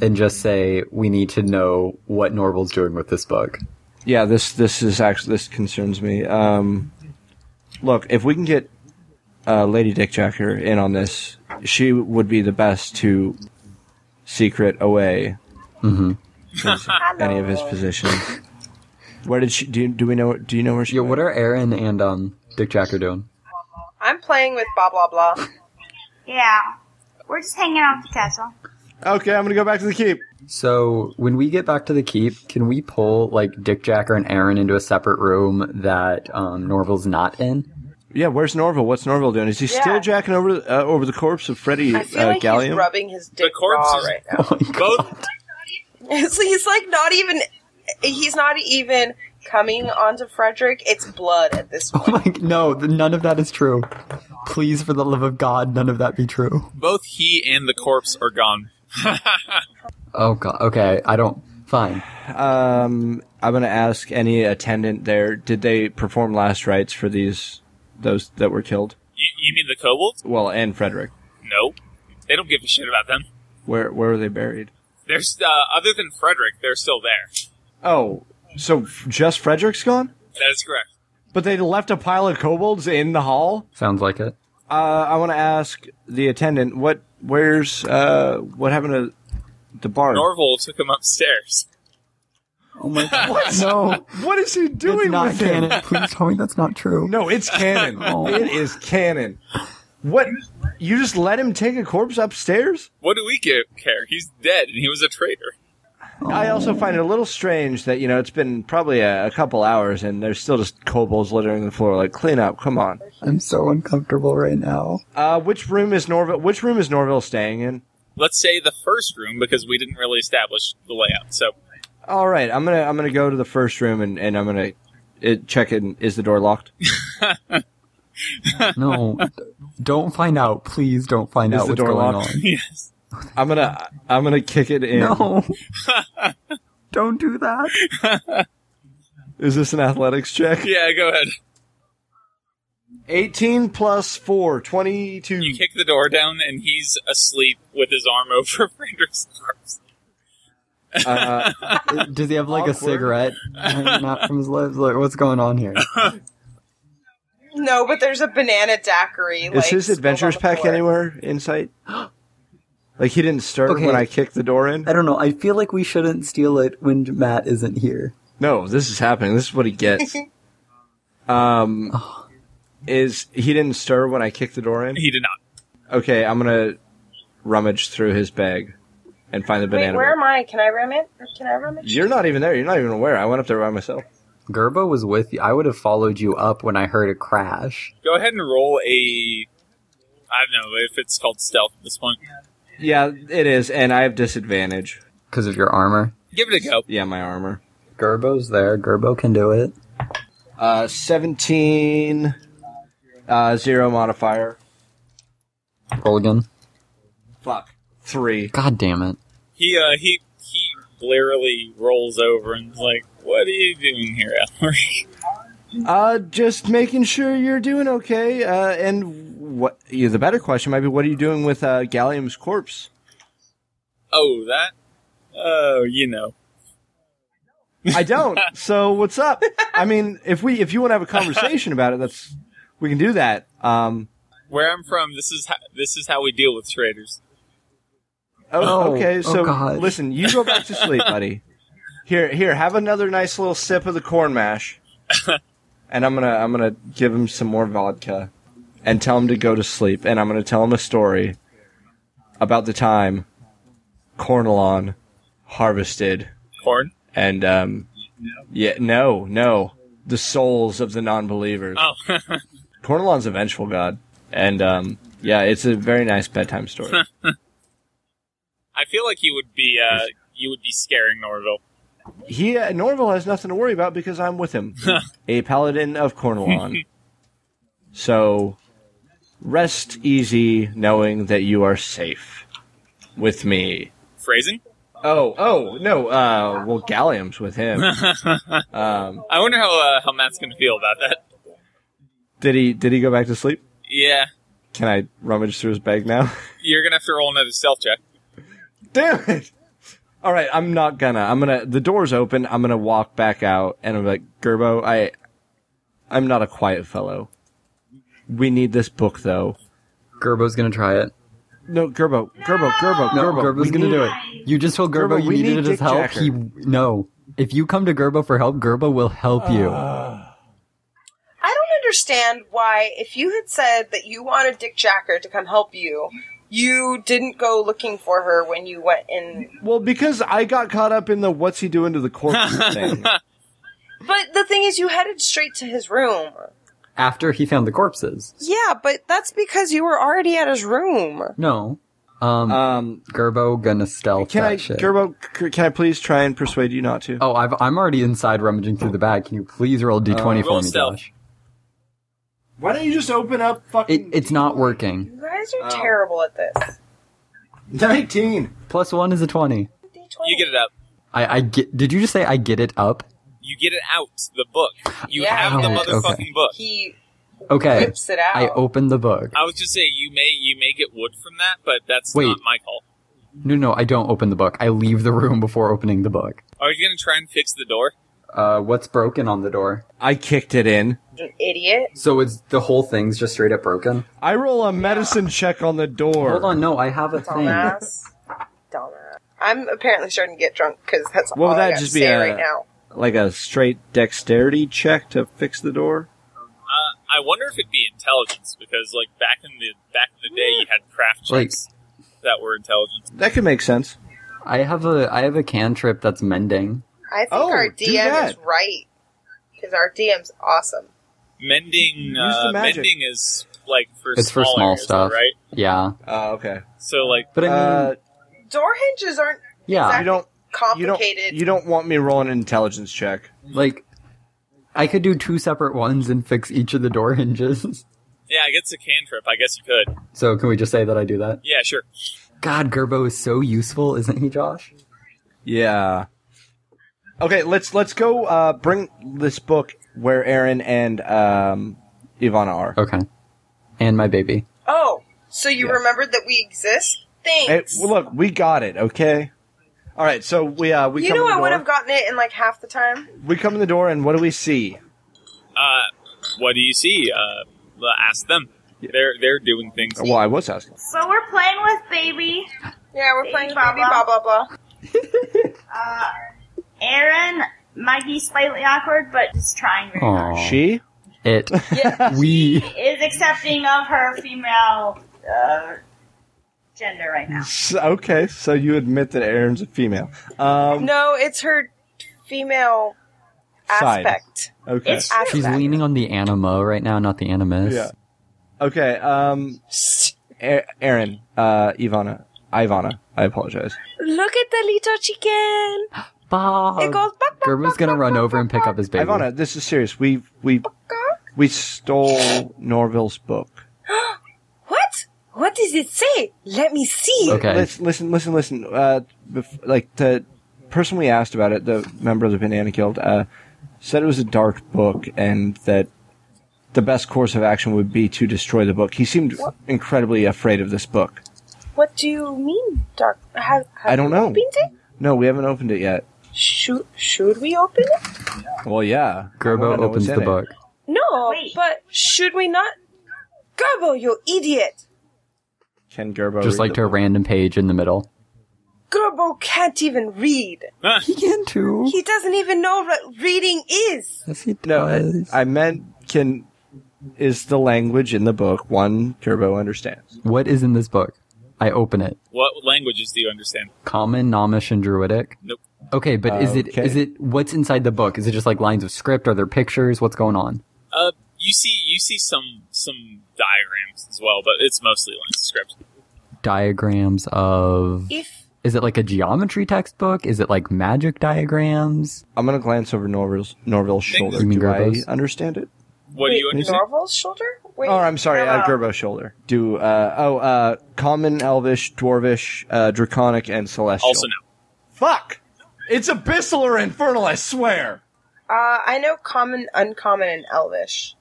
S3: and just say we need to know what Norval's doing with this book.
S1: Yeah, this this is actually this concerns me. Um, look, if we can get uh, Lady Dick Jacker in on this, she would be the best to secret away his- (laughs) any of his positions. Where did she? Do, you, do we know? Do you know where she?
S3: Yeah,
S1: went?
S3: what are Aaron and um Dick Jacker doing?
S4: I'm playing with blah blah blah.
S5: Yeah. We're just hanging out at the castle.
S1: okay, I'm gonna go back to the keep.
S3: So when we get back to the keep, can we pull like Dick Jacker and Aaron into a separate room that um, Norval's not in? (laughs)
S1: Yeah, where's Norval? What's Norval doing? Is he
S4: Yeah.
S1: still jacking over the- uh, over the corpse of Freddie
S4: I feel
S1: uh,
S4: like he's
S1: Gallium?
S4: rubbing his dick
S2: corpse
S4: raw
S2: is-
S4: right now. (laughs)
S3: Oh my God.
S2: Both
S4: It's- he's like not even. He's not even coming onto Frederick. It's blood at this
S3: (laughs) Oh
S4: point.
S3: my- no, th- none of that is true. Please, for the love of God, none of that be true.
S2: both he and the corpse are gone.
S3: Oh God. Okay, I don't. Fine.
S1: Um, I'm gonna ask any attendant there. Did they perform last rites for these those that were killed?
S2: you, you mean the kobolds?
S1: Well, and Frederick.
S2: No, they don't give a shit about them.
S1: Where where were they buried?
S2: They're st- uh, other than Frederick, they're still there.
S1: Oh, so f- just Frederick's gone?
S2: That is correct.
S1: But they left a pile of kobolds in the hall.
S3: Sounds like it.
S1: Uh, I want to ask the attendant what where's uh what happened to the bard?
S2: Norval took him upstairs.
S3: Oh my God. No,
S1: what is he doing
S3: it's not
S1: with him?
S3: canon. Please tell me that's not true.
S1: No, it's canon.
S3: (laughs) Oh.
S1: It is canon. What? You just let him take a corpse upstairs?
S2: What do we give, care? He's dead, and he was a traitor.
S1: I
S3: Oh.
S1: also find it a little strange that you know it's been probably a, a couple hours and there's still just kobolds littering the floor. Like clean up, come on.
S3: I'm so uncomfortable right now.
S1: Uh, which room is Norville? Which room is Norville staying in?
S2: Let's say the first room because we didn't really establish the layout. So (laughs)
S1: All right, I'm gonna I'm gonna go to the first room and, and I'm gonna it, check in. Is the door (laughs) locked?
S3: No, d- (laughs) don't find out. Please don't find
S1: Is
S3: out
S1: the
S3: what's
S1: door
S3: going
S1: locked?
S3: on.
S2: yes,
S1: I'm gonna I'm gonna kick it in.
S3: No. (laughs) don't do that.
S1: Is this an athletics check?
S2: yeah, go ahead.
S1: 18 plus 4, 22.
S2: You kick the door down, and he's asleep with his arm (laughs) over Frederick's corpse.
S1: Uh,
S3: Does he have like a
S1: Awkward.
S3: cigarette hanging out from his lips? Like, what's going on here?
S4: No, but there's a banana daiquiri.
S1: Is his adventures pack anywhere in (gasps) sight? Like he didn't start
S3: Okay.
S1: when I kicked the door in.
S3: I don't know. I feel like we shouldn't steal it when Matt isn't here.
S1: No, this is happening. This is what he (laughs) gets. um, is he didn't stir when I kicked the door in?
S2: He did not.
S1: Okay, I'm gonna rummage through his bag and find the
S4: Wait,
S1: banana.
S4: where
S1: boat.
S4: am I? Can I ram it? Can I ram it?
S1: You're not even there. You're not even aware. I went up there by myself.
S3: Gerbo was with you. I would have followed you up when I heard a crash.
S2: Go ahead and roll a. I don't know if it's called stealth at this point.
S1: Yeah, it is, and I have disadvantage.
S3: Because of your armor.
S2: Give it a go.
S1: Yeah, my armor.
S3: Gerbo's there. Gerbo can do it.
S1: Uh, 17, uh, zero modifier.
S3: Roll again.
S1: Fuck. Three.
S3: God damn it.
S2: He uh he he blearily rolls over and is like, "What are you doing here, Ellery?"
S1: Uh, just making sure you're doing okay. Uh, and what? Yeah, the better question might be, what are you doing with uh, Gallium's corpse?
S2: (laughs) oh, that. Oh, you know.
S1: I (laughs) don't. so what's up? I mean, if we if you want to have a conversation about it, that's we can do that. Um.
S2: Where I'm from, this is how, this is how we deal with traitors.
S1: Oh,
S3: Oh,
S1: okay.
S3: oh
S1: So
S3: God.
S1: listen, you go back to sleep, buddy. Here, here, have another nice little sip of the corn mash, and I'm gonna I'm gonna give him some more vodka. and tell him to go to sleep. And I'm going to tell him a story about the time Cornelon harvested
S2: Corn?
S1: and um, yeah, no, no, the souls of the non-believers.
S2: Oh. (laughs)
S1: Cornelon's a vengeful god, and um, yeah, it's a very nice bedtime story.
S2: I feel like you would be uh, you would be scaring Norville.
S1: he uh, Norville has nothing to worry about because I'm with him, a paladin of Cornelon. so rest easy, knowing that you are safe with me.
S2: Phrasing?
S1: Oh, oh no, uh, well, Gallium's with him. um,
S2: I wonder how uh, how Matt's gonna feel about that.
S1: did he did he go back to sleep?
S2: Yeah,
S1: Can I rummage through his bag now?
S2: you're gonna have to roll another stealth check.
S1: Damn it! All right, I'm not gonna. I'm gonna. The door's open. I'm gonna walk back out, and I'm like, Gerbo, I, I'm not a quiet fellow. We need this book, though.
S3: Gerbo's gonna try it.
S1: No, Gerbo, Gerbo, Gerbo,
S3: No,
S1: Gerbo.
S3: Gerbo's
S1: we
S3: gonna
S1: need-
S3: do it. You just told Gerbo,
S1: Gerbo,
S3: you
S1: we
S3: needed
S1: need
S3: his
S1: Dick
S3: help.
S1: Jacker.
S3: He no. If you come to Gerbo for help, Gerbo will help you.
S1: Uh.
S4: I don't understand why, if you had said that you wanted Dick Jacker to come help you, you didn't go looking for her when you went in.
S1: Well, because I got caught up in the what's he doing to the corpse thing.
S4: But the thing is, you headed straight to his room.
S3: After he found the corpses.
S4: Yeah, but that's because you were already at his room.
S3: No. Um,
S1: Um,
S3: Gerbo gonna stealth
S1: can
S3: that
S1: I,
S3: shit.
S1: Gerbo? c- Can I please try and persuade you not to?
S3: oh, I've, I'm already inside rummaging through the bag. Can you please roll d d20
S1: Uh,
S3: for
S2: roll
S3: me,
S2: stealth.
S3: Josh?
S1: Why don't you just open up?
S3: It,
S1: Fucking
S3: it's not working.
S4: You guys are
S1: Oh.
S4: terrible at this.
S1: (laughs) nineteen.
S3: Plus one is a twenty.
S4: D20.
S2: You get it up.
S3: I, I get. Did you just say I get it up?
S2: You get it out the book. You
S4: Yeah.
S2: have the
S4: Out,
S2: motherfucking
S3: okay.
S2: book.
S4: He
S3: Okay.
S4: whips it out.
S3: I opened the book.
S2: I was just saying you may you may get wood from that, but that's
S3: Wait.
S2: not my call.
S3: No, no, I don't open the book. I leave the room before opening the book.
S2: Are you gonna try and fix the door?
S3: Uh, what's broken on the door?
S1: I kicked it in.
S4: an idiot.
S3: So it's the whole thing's just straight up broken.
S1: I roll a medicine check on the door.
S3: Hold on, no, I have a thing.
S4: Dumbass. Dumbass. I'm apparently starting to get drunk because that's
S1: Well,
S4: all
S1: that'd
S4: I got
S1: just
S4: to
S1: be uh,
S4: say
S1: a-
S4: right now.
S1: like a straight dexterity check to fix the door.
S2: Uh, I wonder if it'd be intelligence because like back in the back in the day you had craft
S3: Like-
S2: checks that were intelligence.
S1: That could make sense.
S3: I have a I have a cantrip that's mending.
S4: I think
S1: Oh,
S4: our
S1: do
S4: DM
S1: that.
S4: is right because our DM's awesome.
S2: Mending
S1: the
S2: uh,
S1: magic.
S2: mending is like for
S3: It's for small
S2: areas,
S3: stuff.
S2: right?
S3: Yeah,
S1: Oh, okay.
S2: So like
S3: but I mean,
S1: Uh,
S4: Door hinges aren't
S3: yeah,
S1: you don't. You don't.
S4: complicated.
S1: You don't want me rolling an intelligence check.
S3: like I could do two separate ones and fix each of the door (laughs) hinges.
S2: yeah, I guess a cantrip. I guess you could.
S3: so can we just say that I do that?
S2: Yeah, sure.
S3: God, Gerbo is so useful, isn't he, Josh?
S1: Yeah. Okay. Let's let's go. Uh, bring this book where Aaron and um, Ivana are.
S3: Okay, and my baby.
S4: oh, so you
S1: Yeah.
S4: remembered that we exist?
S1: Hey,
S4: Thanks.
S1: well, look, we got it. Okay. All right. So we uh we
S4: you
S1: come
S4: know
S1: in
S4: I
S1: the
S4: would
S1: door.
S4: have gotten it in like half the time.
S1: we come in the door, and what do we see?
S2: Uh, what do you see? Uh, well, ask them. They're they're doing things.
S1: Well, I was asking.
S5: So we're playing with baby.
S4: Yeah, we're
S5: Baby
S4: playing
S5: blah,
S4: Baby blah
S5: blah.
S4: blah blah.
S5: Uh, Aaron, Mikey's slightly awkward, but just trying very hard.
S3: Aw.
S1: She. (laughs)
S3: It
S4: Yeah.
S3: we
S5: Is accepting of her female uh, gender right now.
S1: S- Okay. So you admit that Aaron's a female. Um.
S4: no, it's her female
S1: Side.
S4: aspect.
S1: Okay.
S5: It's-
S4: aspect.
S3: she's leaning on the anima right now, not the animus.
S1: Yeah. Okay. Um. A- Aaron, uh, Ivana, Ivana. I apologize.
S7: Look at the little chicken.
S3: Bob.
S4: It goes. Buck, buck,
S3: Gerbo's
S4: buck,
S3: gonna
S4: buck,
S3: run
S4: buck,
S3: over and
S4: buck,
S3: pick up his baby.
S1: Ivana, this is serious. We we
S4: buck.
S1: we stole Norville's book.
S7: What? What does it say? Let me see.
S3: Okay.
S1: Let's listen, listen, listen. Uh, bef- like the person we asked about it, the member of the Banana Guild, uh, said it was a dark book and that the best course of action would be to destroy the book. He seemed incredibly afraid of this book.
S4: What do you mean, dark? Have, have
S1: I don't
S4: you
S1: know.
S4: Opened it?
S1: No, we haven't opened it yet.
S4: Should should we open it?
S1: Well, yeah. I wanna
S3: Gerbo
S1: know what's
S3: opens
S1: in
S3: the
S1: it.
S3: book.
S4: No,
S5: Wait.
S4: but should we not? Gerbo, you idiot!
S1: Can Gerbo
S3: Just
S1: read
S3: like
S1: the
S3: to a random page in the middle.
S4: Gerbo can't even read.
S3: He can too.
S4: He doesn't even know what reading is.
S3: Yes, he
S1: No, I, I meant can is the language in the book one Turbo understands.
S3: What is in this book? I open it.
S2: (laughs) What languages do you understand?
S3: Common, Amish, and Druidic.
S2: Nope.
S3: Okay, but is it
S1: Okay.
S3: is it what's inside the book? Is it just like lines of script? Are there pictures? What's going on?
S2: Uh, you see, you see some some diagrams as well, but it's mostly lines of script.
S3: Diagrams of
S7: If
S3: is it like a geometry textbook? Is it like magic diagrams?
S1: I'm gonna glance over Norville's Norville's shoulder.
S3: You mean
S1: Do I
S3: Gerbo's?
S1: understand it?
S2: What do
S4: Wait,
S2: you understand?
S4: Norval's shoulder? Wait,
S1: Oh, I'm sorry,
S4: no,
S1: uh,
S4: no.
S1: Gerbo's shoulder. Do uh oh uh common, elvish, dwarvish, uh, draconic, and celestial.
S2: Also, no.
S1: Fuck! It's abyssal or infernal, I swear.
S4: Uh, I know common, uncommon, and elvish.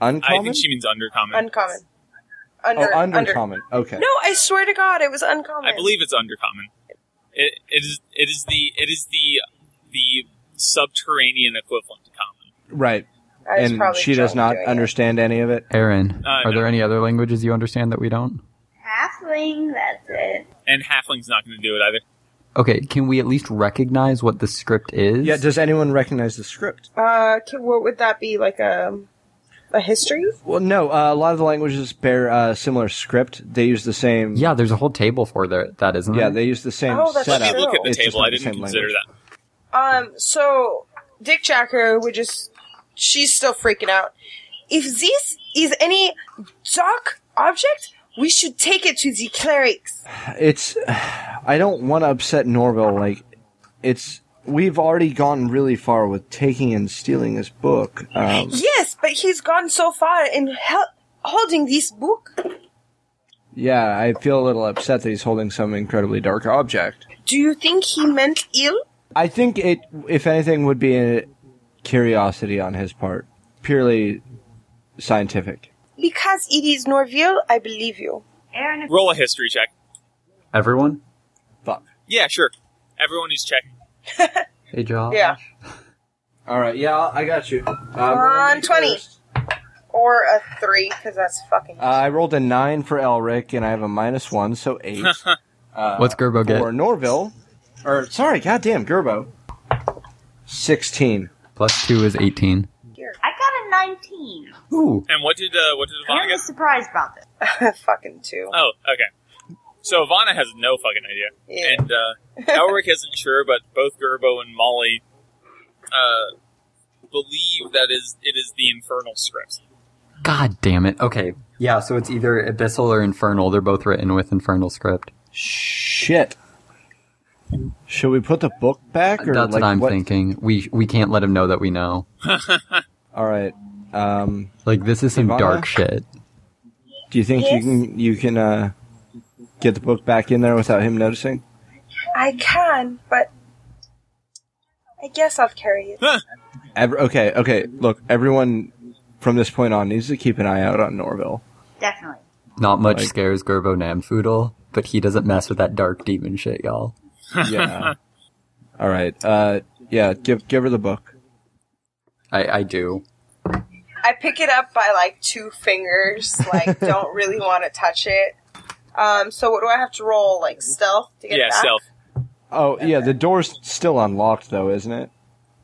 S1: Uncommon.
S2: I think she means undercommon.
S4: Uncommon. Under,
S1: oh,
S4: under-
S1: undercommon. Okay.
S4: No, I swear to God, it was uncommon.
S2: I believe it's undercommon. It, it is it is the it is the the subterranean equivalent to common.
S1: Right.
S4: I was
S1: And
S4: probably
S1: she does
S4: drunk
S1: not
S4: doing it.
S1: understand any of it.
S3: Aaron,
S2: Uh,
S3: are
S2: no.
S3: there any other languages you understand that we don't?
S5: Halfling, that's it.
S2: And halfling's not going to do it either.
S3: Okay, can we at least recognize what the script is?
S1: Yeah. Does anyone recognize the script?
S4: Uh, ca- what would that be like a a history?
S1: Well, no. Uh, a lot of the languages bear uh, similar script. They use the same.
S3: Yeah, there's a whole table for that, that isn't
S1: Yeah,
S3: there?
S1: they use the same
S4: Oh, that's
S2: Let me
S1: setup.
S4: true.
S2: look at the
S1: It's just
S2: table.
S1: not the
S2: I didn't
S1: same
S2: consider
S1: language.
S2: that.
S4: Um, so Dick Jacker would just she's still freaking out.
S7: if this is any dark object, we should take it to the clerics.
S1: It's. (sighs) I don't want to upset Norville. Like, it's. We've already gone really far with taking and stealing his book. Um,
S7: Yes, but he's gone so far in hel- holding this book.
S1: yeah, I feel a little upset that he's holding some incredibly dark object.
S7: Do you think he meant ill?
S1: I think it, if anything, would be a curiosity on his part, purely scientific.
S7: Because it is Norville, I believe you.
S5: Aaron, if
S2: Roll a history check.
S3: Everyone?
S1: Fuck.
S2: Yeah, sure. Everyone who's checking.
S3: Hey, Josh.
S4: Yeah.
S1: All right. Yeah, I got you. Uh,
S4: on, 20. Or a three, because that's fucking.
S1: Uh,
S7: (laughs)
S1: I rolled a nine for Elric, and I have a minus one, so eight. uh,
S3: What's Gerbo get?
S1: for Norville? Or sorry, goddamn Gerbo. Sixteen.
S3: Plus two is 18.
S5: I got a 19.
S3: Ooh.
S2: And what did uh, what did Ivana
S5: Aaron
S2: get?
S5: is surprised about this.
S4: fucking two.
S2: Oh, okay. So Ivana has no fucking idea,
S4: Yeah.
S2: and uh,
S4: (laughs)
S2: Elric isn't sure, but both Gerbo and Molly uh, believe that is it is the infernal script.
S3: God damn it. Okay. Yeah, so it's either Abyssal or Infernal. They're both written with Infernal script.
S1: Shit. Should we put the book back, or
S3: That's
S1: like
S3: what I'm thinking. We we can't let him know that we know.
S1: All right. Um,
S3: Like this is some
S1: Ivana?
S3: dark shit.
S1: do you think you
S7: Yes?
S1: can you can uh, get the book back in there without him noticing?
S7: I can, but I guess I'll carry it.
S1: Ever, okay, okay. Look, everyone from this point on needs to keep an eye out on Norville.
S5: Definitely.
S3: Not much
S1: Like-
S3: scares Gerbo Namfoodle, but he doesn't mess with that dark demon shit, y'all.
S1: Yeah. All right. Uh, yeah. Give give her the book.
S3: I, I do.
S4: I pick it up by like two fingers.
S1: (laughs)
S4: Like, don't really want to touch it. Um, so what do I have to roll? Like stealth to get
S2: yeah,
S4: back?
S2: self.
S1: Oh yeah, the door's still unlocked though, isn't it?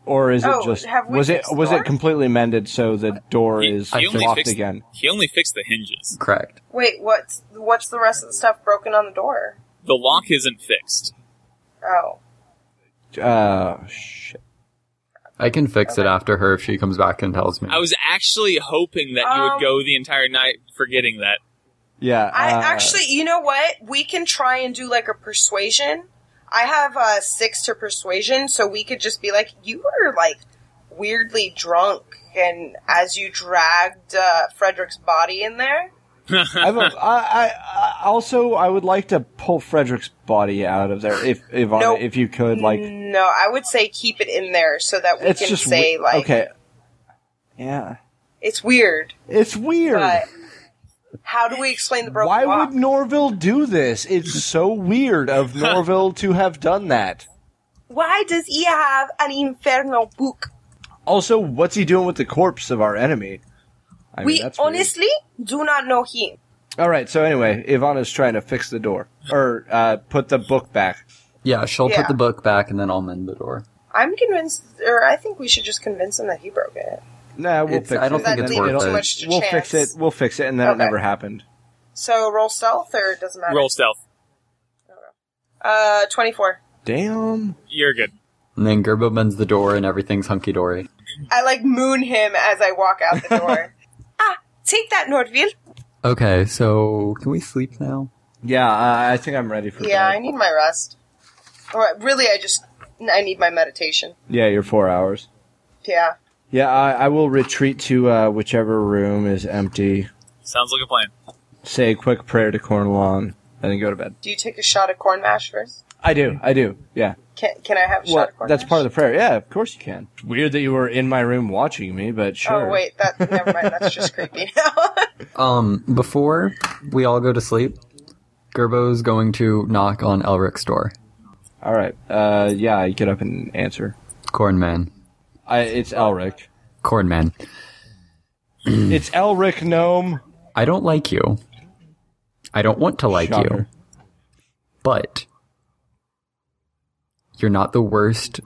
S1: Or is it
S4: Oh,
S1: just
S4: have we
S1: was it
S4: fixed the
S1: was
S4: door?
S1: it completely mended so the door
S2: He,
S1: is
S2: he only
S1: locked
S2: fixed
S1: again?
S2: He only fixed the hinges.
S3: Correct.
S4: Wait, what's what's the rest of the stuff broken on the door?
S2: The lock isn't fixed.
S4: Oh,
S1: Uh, shit.
S3: I can fix it after her if she comes back and tells me.
S2: I was actually hoping that you would
S4: Um,
S2: go the entire night forgetting that.
S1: Yeah.
S4: I
S1: uh,
S4: actually, you know what? We can try and do like a persuasion. I have uh, six to persuasion, so we could just be like, you were like weirdly drunk, and as you dragged uh, Frederick's body in there,
S1: I, have a, I, I I also I would like to pull Frederick's body out of there if if
S4: Nope.
S1: if you could like
S4: no, I would say keep it in there so that we
S1: it's
S4: can
S1: just
S4: say
S1: we-
S4: like,
S1: okay. Yeah.
S4: it's weird,
S1: It's weird.
S4: but how do we explain the broken?
S1: Why
S4: lock?
S1: would Norville do this? It's so weird
S2: (laughs)
S1: of Norville to have done that.
S7: Why does he have an infernal book?
S1: Also, what's he doing with the corpse of our enemy? I mean,
S7: we
S1: that's weird.
S7: honestly do not know him.
S1: All right. So anyway, Ivana's trying to fix the door or uh, put the book back.
S3: yeah, she'll
S4: Yeah.
S3: put the book back and then I'll mend the door.
S4: I'm convinced, or I think we should just convince him that he broke it.
S1: Nah, we'll
S3: It's-
S1: fix it.
S3: I don't think
S1: and
S3: it's
S1: then
S3: worth
S1: it'll-
S3: it. Too
S4: much to
S1: We'll fix it.
S4: chance.
S1: We'll fix it, and then
S8: Okay.
S1: it never happened.
S4: So roll stealth or it doesn't matter.
S2: Roll stealth.
S4: Uh, twenty-four.
S1: Damn.
S2: You're good.
S3: And then Gerbo bends the door and everything's hunky dory.
S4: I like moon him as I walk out the
S7: (laughs)
S4: door. ah, take that, Nordville.
S3: Okay, so can we sleep now?
S1: Yeah, I I think I'm ready for
S4: Yeah, I
S1: bed.
S4: need my rest. Or really, I just I need my meditation.
S1: Yeah, you're four hours.
S4: Yeah.
S1: Yeah, I, I will retreat to uh, whichever room is empty,
S2: Sounds like a plan.
S1: say a quick prayer to Cornelon, and then go to bed.
S4: Do you take a shot of corn mash first?
S1: I do, I do, yeah.
S4: Can Can I have a shot
S1: Well,
S4: of corn?
S1: that's
S4: mash?
S1: part of the prayer. Yeah, of course you can. Weird that you were in my room watching me, but sure.
S4: Oh wait, that never mind. That's just creepy now.
S3: Um, before we all go to sleep, Gerbo's going to knock on Elric's door.
S1: All right. Uh, yeah, I get up and answer.
S3: Cornman.
S1: I, it's Elric.
S3: Cornman.
S1: it's Elric gnome.
S3: I don't like you. I don't want to like you.
S1: Shocker.
S3: But you're not the worst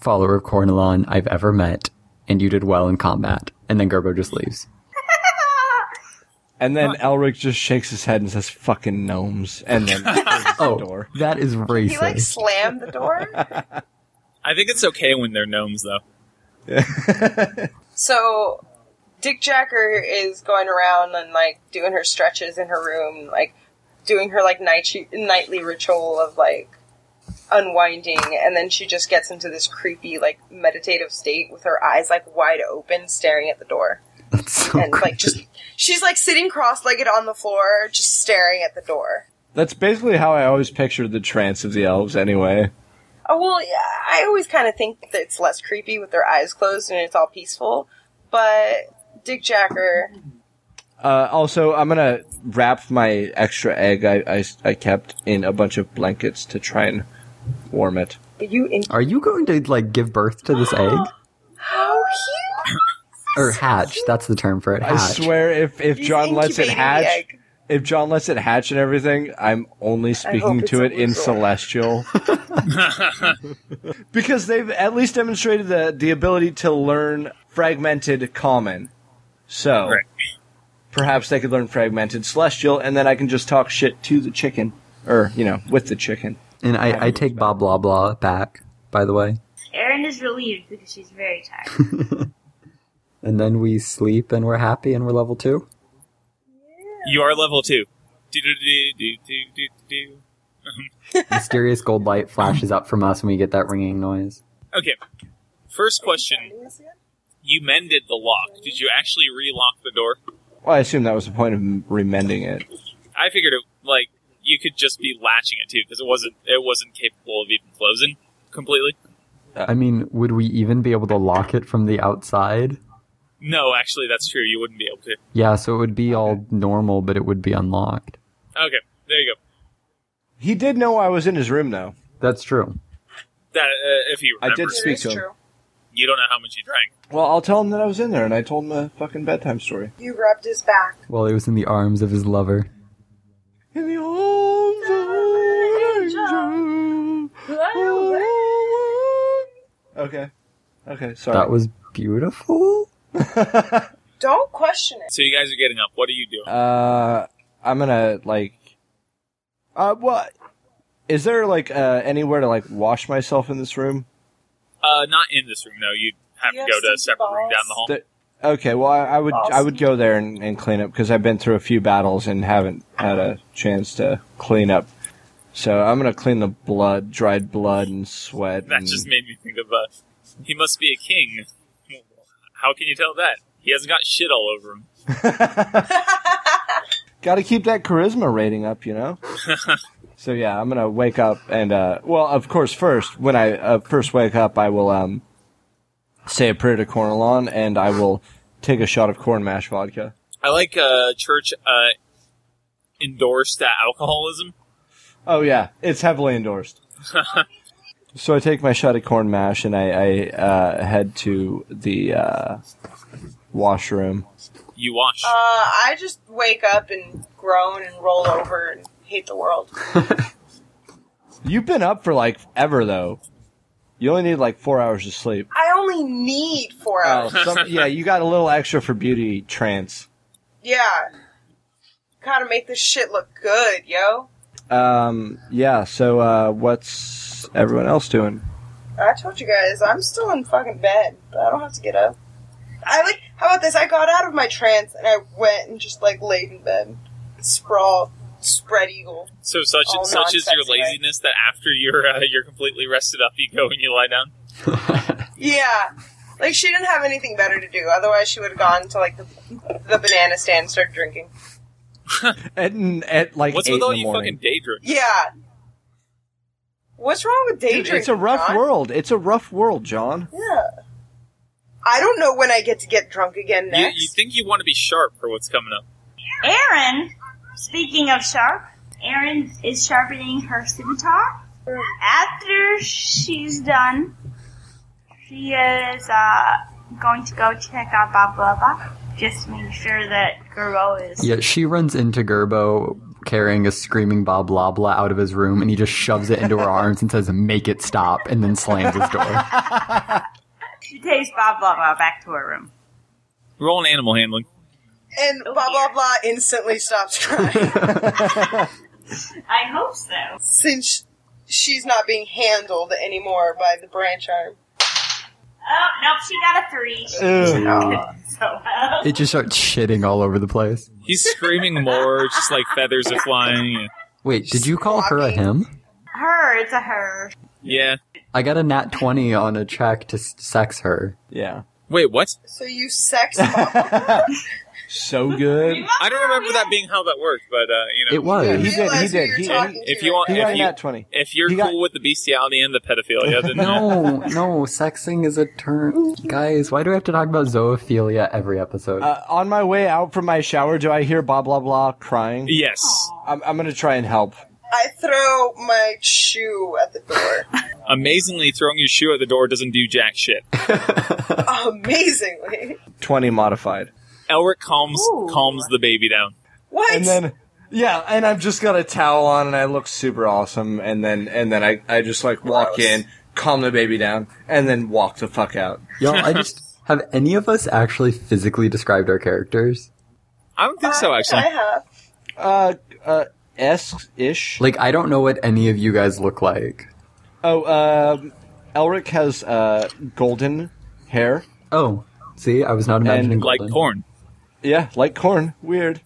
S3: follower of Cornelon I've ever met, and you did well in combat. And then Gerbo just leaves.
S1: And then Elric just shakes his head and says, "Fucking gnomes." And
S4: (laughs)
S1: then closes the
S3: Oh,
S1: door. (laughs)
S3: that is
S4: he like
S3: racist.
S4: slammed the door.
S2: I think it's okay when they're gnomes, though.
S4: So Dick Jacker is going around and like doing her stretches in her room, like doing her like night- nightly ritual of like unwinding, and then she just gets into this creepy like meditative state with her eyes like wide open, staring at the door,
S3: (laughs) That's so
S4: and like just she's like sitting cross-legged on the floor, just staring at the door.
S1: That's basically how I always pictured the trance of the elves. Anyway,
S4: Oh well, yeah, I always kind of think that it's less creepy with their eyes closed and it's all peaceful, but Dick Jacker
S1: Uh, also, I'm gonna wrap my extra egg I, I, I kept in a bunch of blankets to try and warm it.
S4: you in- (gasps)
S3: Are you going to like give birth to this egg
S4: how cute.
S3: or hatch? That's the term for it. Hatch.
S1: I swear, if if
S4: He's
S1: John lets it
S4: incubating the
S1: hatch,
S4: egg.
S1: if John lets it hatch and everything, I'm only speaking
S4: it's
S1: to
S4: a
S1: it in
S4: lizard. (laughs)
S1: celestial. because they've at least demonstrated the the ability to learn fragmented common. So
S2: Right.
S1: perhaps they could learn fragmented celestial, and then I can just talk shit to the chicken, or you know, with the chicken.
S3: And I, I take Bob Blah Blah back, by the way.
S5: Erin is relieved because she's very tired.
S3: And then we sleep and we're happy and we're level two.
S2: You are level two. Do-do-do-do-do-do-do.
S3: Mysterious gold light flashes up from us and we get that ringing noise.
S2: Okay. First question: You mended the lock. Did you actually relock the door?
S1: Well, I assume that was the point of m- remending it.
S2: I figured it like you could just be latching it too because it wasn't it wasn't capable of even closing completely.
S3: I mean, would we even be able to lock it from the outside?
S2: No, actually, that's true. You wouldn't be able to.
S3: Yeah, so it would be all normal, but it would be unlocked.
S2: Okay, there you go.
S1: He did know I was in his room, though.
S3: That's true.
S2: That uh, if you
S1: I did
S2: remember,
S1: speak-
S4: It is
S1: to him.
S4: true.
S2: you don't know how much you drank.
S1: Well, I'll tell him that I was in there, and I told him a fucking bedtime story.
S4: You rubbed his back.
S3: While he was in the arms of his lover.
S1: In the arms of an angel. Oh, Okay. Okay, sorry.
S3: That was beautiful?
S4: Don't question it.
S2: So you guys are getting up. What are you doing?
S1: uh, I'm gonna, like... Uh, what? Is there, like, uh, anywhere to, like, wash myself in this room?
S2: Uh, not in this room. No, you have
S4: You
S2: to go
S4: have
S2: to a
S4: some
S2: separate room
S4: balls.
S2: down the hall.
S1: There- Okay, well, I, I would I
S4: Awesome.
S1: would go there and, and clean up because I've been through a few battles and haven't had a chance to clean up. So I'm gonna clean the blood, dried blood and sweat.
S2: That
S1: and-
S2: just made me think of uh, he must be a king. How can you tell that? He hasn't got shit all over him.
S1: Got to keep that charisma rating up, you know. so yeah, I'm gonna wake up and uh, well, of course, first when I uh, first wake up, I will um, say a prayer to Cornelon and I will take a shot of corn mash vodka.
S2: I like uh, church uh, endorsed that alcoholism.
S1: Oh yeah, it's heavily endorsed. so I take my shot at corn mash and I, I uh, head to the uh, washroom.
S2: You wash.
S4: Uh, I just wake up and groan and roll over and hate the world.
S1: You've been up for like ever though. You only need like four hours of sleep.
S4: I only only need four
S1: Oh,
S4: hours.
S1: some, yeah, you got a little extra for beauty trance.
S4: Yeah. Gotta make this shit look good, yo.
S1: Um, yeah. So uh, what's everyone else doing?
S4: I told you guys, I'm still in fucking bed, but I don't have to get up. I like, how about this? I got out of my trance and I went and just like laid in bed, sprawl, spread eagle.
S2: So such
S4: All
S2: such is your
S4: Oh, nonsense, right?
S2: laziness that after you're uh, you're completely rested up, you go and you lie down.
S4: Yeah. Like she didn't have anything better to do. Otherwise, she would have gone to like the, the banana stand and started drinking.
S1: At, at like
S2: What's
S1: eight
S2: with all
S1: in the
S2: you
S1: morning.
S2: fucking day drinking?
S4: Yeah. What's wrong with day
S1: Dude,
S4: drinking?
S1: it's a rough
S4: John?
S1: world. It's a rough world, John.
S4: Yeah. I don't know when I get to get drunk again
S2: You,
S4: next.
S2: you think you want to be sharp for what's coming up?
S5: Erin, speaking of sharp, Erin is sharpening her scimitar. After she's done, she is uh, going to go check out Bob Bubba. Just make sure that Guro is.
S3: Yeah, she runs into Gerbo carrying a screaming Bob Lobla out of his room, and he just shoves it into her arms and says, "Make it stop," and then slams his door.
S5: She takes Bob Bubba back to her room.
S2: Roll an animal handling.
S4: and blah blah blah instantly stops crying
S5: I hope so.
S4: since she's not being handled anymore by the branch arm.
S5: Oh, nope, she got a three. (laughs) So, uh,
S3: It just starts shitting all over the place.
S2: He's screaming more, just like feathers are flying.
S3: Wait, did you call her a him?
S5: her, it's a her.
S2: Yeah.
S3: I got a nat 20 on a check to s- sex her.
S1: Yeah.
S2: Wait, what?
S4: So you sex bomb.
S1: (laughs) So good.
S2: I don't remember that being how that worked, but uh, you know,
S3: It was.
S1: he did. He
S4: Realize who
S1: did.
S4: you're
S1: He,
S4: talking
S1: he,
S2: if you want,
S1: he got
S2: if
S1: a
S2: you
S1: nat twenty.
S2: if you're
S1: He
S2: cool
S1: got-
S2: with the bestiality and the
S1: (laughs)
S2: pedophilia, then uh,
S3: (laughs) No, no, sexing is a term. Guys, why do we have to talk about zoophilia every episode?
S1: Uh, on my way out from my shower, do I hear blah blah blah crying?
S2: yes,
S1: I'm, I'm gonna try and help.
S4: I throw my shoe at
S1: (laughs)
S4: the door. (laughs)
S2: amazingly, throwing your shoe at the door doesn't do jack shit.
S4: Amazingly.
S1: Twenty modified.
S2: Elric calms
S5: Ooh.
S2: calms the baby down.
S4: What?
S1: and then yeah, and I've just got a towel on, and I look super awesome, and then and then I I just like walk
S4: Gross.
S1: in, calm the baby down, and then walk the fuck out.
S3: (laughs) Y'all, I just. Have any of us actually physically described our characters?
S2: I don't think so, actually.
S3: (laughs)
S4: I have.
S1: Uh, uh, S ish.
S3: Like, I don't know what any of you guys look like.
S1: Oh, um, Elric has uh golden hair.
S3: Oh, see, I was not imagining
S2: Like
S3: Golden.
S2: corn.
S1: Yeah, like corn. Weird.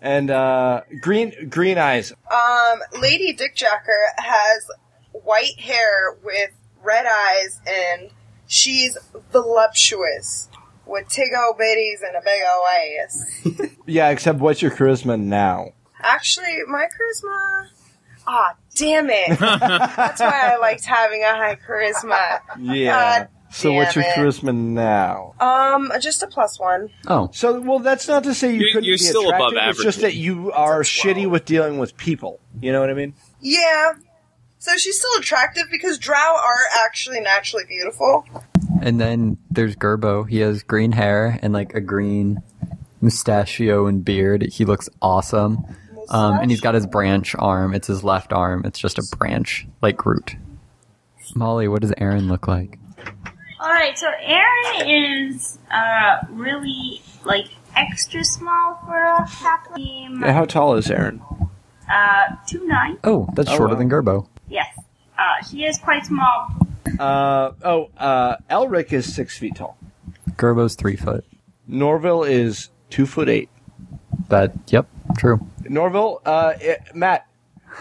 S1: And uh, green green eyes.
S4: Um, Lady Dickjacker has white hair with red eyes, and she's voluptuous with tig old bitties and a big old ass.
S1: Yeah, except what's your charisma now?
S4: Actually, my charisma. Ah, damn it! That's why I liked having a high charisma.
S1: Yeah.
S4: God
S1: so what's your
S4: damn it.
S1: charisma now?
S4: Um, just a plus one.
S3: Oh,
S1: So well, that's not to say you
S2: You're-
S1: couldn't
S2: you're
S1: be
S2: still
S1: attractive.
S2: above
S1: It's
S2: average.
S1: just that you are
S4: That's a
S1: shitty
S4: twelve.
S1: with dealing with people. You know what I mean?
S4: Yeah. So she's still attractive because drow are actually naturally beautiful.
S3: and then there's Gerbo. He has green hair and like a green mustachio and beard. He looks awesome. Um, and he's got his branch arm. It's his left arm. It's just a branch, like Groot. Molly, what does Aaron look like?
S5: Alright, so Erin is uh, really, like, extra small for a half team.
S1: How tall is Aaron?
S5: Uh, 2 9.
S3: Oh, that's
S1: Oh,
S3: shorter
S1: wow.
S3: than Gerbo.
S5: Yes. Uh, she is quite small.
S1: Uh oh. Uh, Elric is six feet tall.
S3: Gerbo's three foot.
S1: Norville is two foot eight.
S3: That, yep, true.
S1: Norville, uh, eh,
S3: (laughs)
S1: Matt,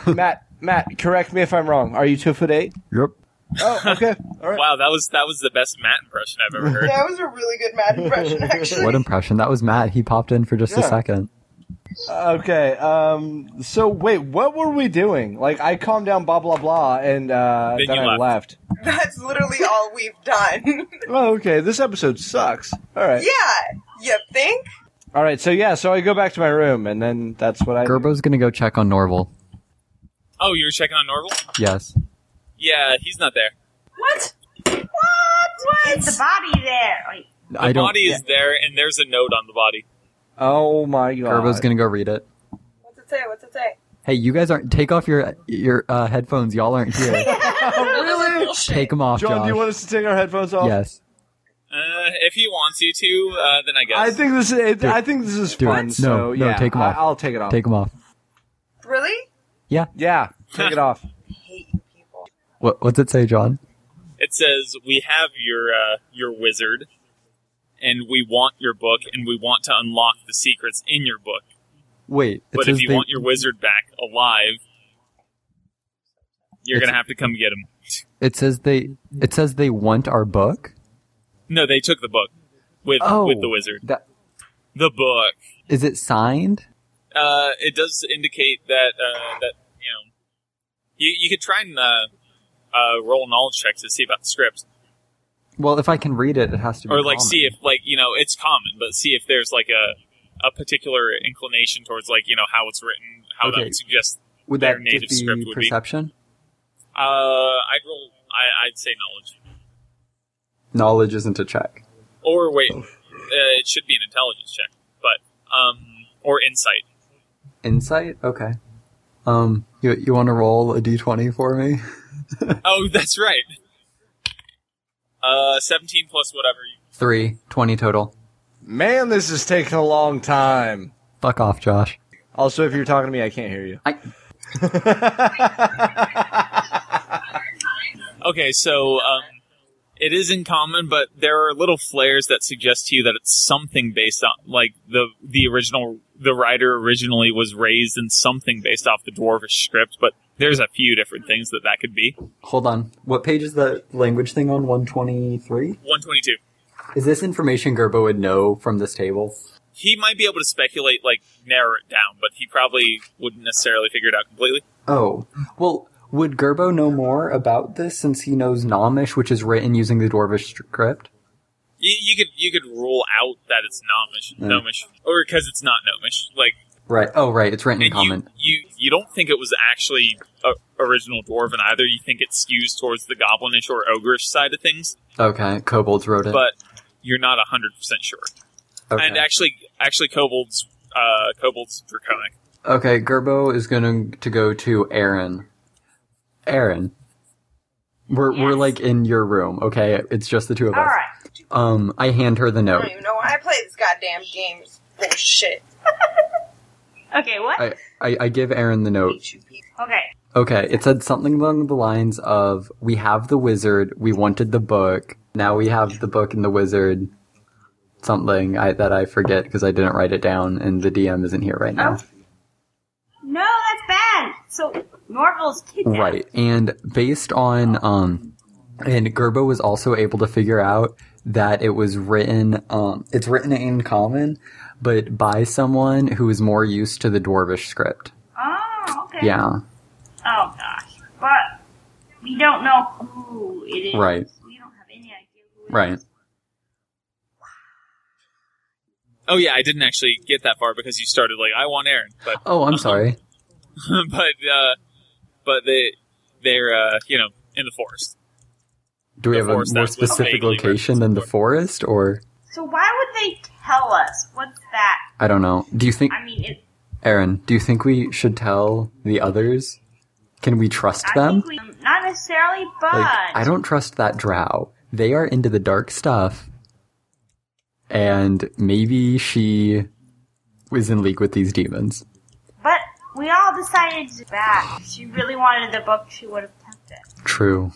S1: Matt, Matt. Correct me if I'm wrong. Are you two foot eight?
S3: Yep.
S1: Oh,
S3: (laughs)
S1: okay. All right.
S2: Wow, that was that was the best Matt impression I've ever
S4: (laughs)
S2: heard.
S4: That was a really good mad
S3: (laughs)
S4: impression, actually.
S3: What impression? That was Matt. He popped in for just a
S1: Yeah.
S3: second.
S1: Okay. Um. So wait, what were we doing? Like, I calmed down, blah blah blah, and uh,
S2: Then
S1: then
S2: you
S1: I
S2: left.
S1: left.
S4: That's literally all we've
S3: (laughs)
S4: done.
S1: Oh, okay. This episode sucks. All right.
S4: yeah, you think?
S1: All right. So yeah. So I go back to my room, and then that's what I.
S3: Gerbo's gonna go check on Norval.
S2: Oh, you were checking on Norval?
S3: Yes.
S2: Yeah, he's not there.
S4: What?
S5: Is the body there? Wait.
S2: The
S3: I don't.
S2: body is there, and there's a note on the body.
S1: Oh my god.
S3: Gerbo's gonna go read it.
S4: What's it say? What's it say?
S3: Hey, you guys aren't. Take off your your
S1: (laughs)
S3: uh, headphones. Y'all aren't here.
S1: (laughs) Oh, really?
S3: take them off,
S1: John, do you
S3: Josh.
S1: want us to take our headphones off?
S3: yes.
S2: Uh, if he wants you to, uh, then I guess.
S1: I think this is.
S3: Dude.
S1: I think this is
S3: Dude,
S1: fun.
S3: no,
S1: so,
S3: no,
S1: yeah,
S3: take 'em
S1: I-
S3: off.
S1: I'll take it off.
S3: Take them off.
S7: Really?
S1: yeah, take it
S3: (laughs)
S1: off.
S7: hate you people.
S3: What, what's it say, John?
S2: it says we have your uh, your wizard, and we want your book, and we want to unlock the secrets in your book.
S3: Wait, it
S2: But
S3: says
S2: if you
S3: they-
S2: want your wizard back alive, you're
S3: It's-
S2: gonna have to come get him.
S3: it says they it says they want our book.
S2: No, they took the book with
S3: Oh,
S2: with the wizard.
S3: That
S2: The book.
S3: is it signed?
S2: Uh, it does indicate that uh, that you know you you could try and uh, uh, roll knowledge checks to see about the script,
S3: Well, if I can read it, it has to be
S2: or like
S3: common.
S2: see if like you know it's common, but see if there's like a a particular inclination towards like you know how it's written, how that
S3: Okay.
S2: would suggest.
S3: would
S2: their
S3: that
S2: native
S3: just
S2: script
S3: be
S2: would be.
S3: perception,
S2: Uh, I'd roll. I, I'd say knowledge,
S3: knowledge isn't a check.
S2: or wait,
S3: Oh.
S2: uh, it should be an intelligence check, but um, or insight.
S3: Insight. Okay. Um, you you want to roll a d twenty for me?
S2: Oh, (laughs) that's right. Uh, seventeen plus whatever. You,
S3: Three. 20 total.
S1: Man, this is taking a long time.
S3: Fuck off, Josh.
S1: Also, if you're talking to me, I can't hear you.
S3: I
S1: (laughs)
S2: Okay, so um, it is in common, but there are little flares that suggest to you that it's something based on like the the original the writer originally was raised in something based off the dwarvish script, but there's a few different things that that could be.
S3: hold on. What page is the language thing on? One twenty three.
S2: One twenty two.
S3: Is this information Gerbo would know from this table?
S2: He might be able to speculate, like narrow it down, but he probably wouldn't necessarily figure it out completely.
S3: Oh, well, would Gerbo know more about this since he knows Nomish, which is written using the Dwarvish script?
S2: You, you could you could rule out that it's Nomish,
S3: Mm.
S2: Gnomish, or because it's not Gnomish. Like
S3: Right. Oh, right. It's written in
S2: And you,
S3: common.
S2: you you don't think it was actually a, original dwarven either. You think it skews towards the goblinish or ogreish side of things,
S3: Okay. Kobolds wrote it.
S2: but you're not hundred percent sure.
S3: okay.
S2: And actually, actually, kobolds uh, kobolds draconic.
S3: okay. Gerbo is going to go to Aaron. Aaron. We're, we're
S5: Yes.
S3: like in your room, okay? It's just the two of
S5: All
S3: us.
S5: right.
S3: Um, I hand her the
S7: I
S3: note.
S7: don't even know why I play this goddamn game. It's bullshit.
S5: Okay, what?
S3: I, I, I give Aaron the note.
S7: Hate you people.
S5: okay.
S3: Okay, it said something along the lines of We have the wizard, we wanted the book, now we have the book and the wizard. Something I, that I forget because I didn't write it down and the DM isn't here right now.
S5: Oh. No, that's bad. So Norval's kidnapped.
S3: Right. And based on, um, and Gerbo was also able to figure out that it was written, um, it's written in common, but by someone who is more used to the dwarvish script.
S5: Oh, okay.
S3: Yeah.
S5: Oh gosh, but we don't know who it is.
S3: Right.
S5: We don't have any idea who it is.
S3: Right.
S2: Oh yeah, I didn't actually get that far because you started like I want Aaron, but
S3: (laughs) Oh, I'm sorry.
S2: but uh, but they they're uh, you know in the forest.
S3: Do we
S2: The
S3: have a
S2: forest that
S3: more
S2: was
S3: specific
S2: vaguely
S3: location than the forest, or
S5: So why would they tell us? What's that?
S3: I don't know? Do you think,
S5: I mean, it,
S3: Aaron? Do you think we should tell the others? Can we trust
S5: I
S3: them?
S5: think we, not necessarily, but
S3: like, I don't trust that Drow. They are into the dark stuff, and maybe she was in league with these demons.
S5: but we all decided to back. If she really wanted the book, she would have kept it.
S3: True.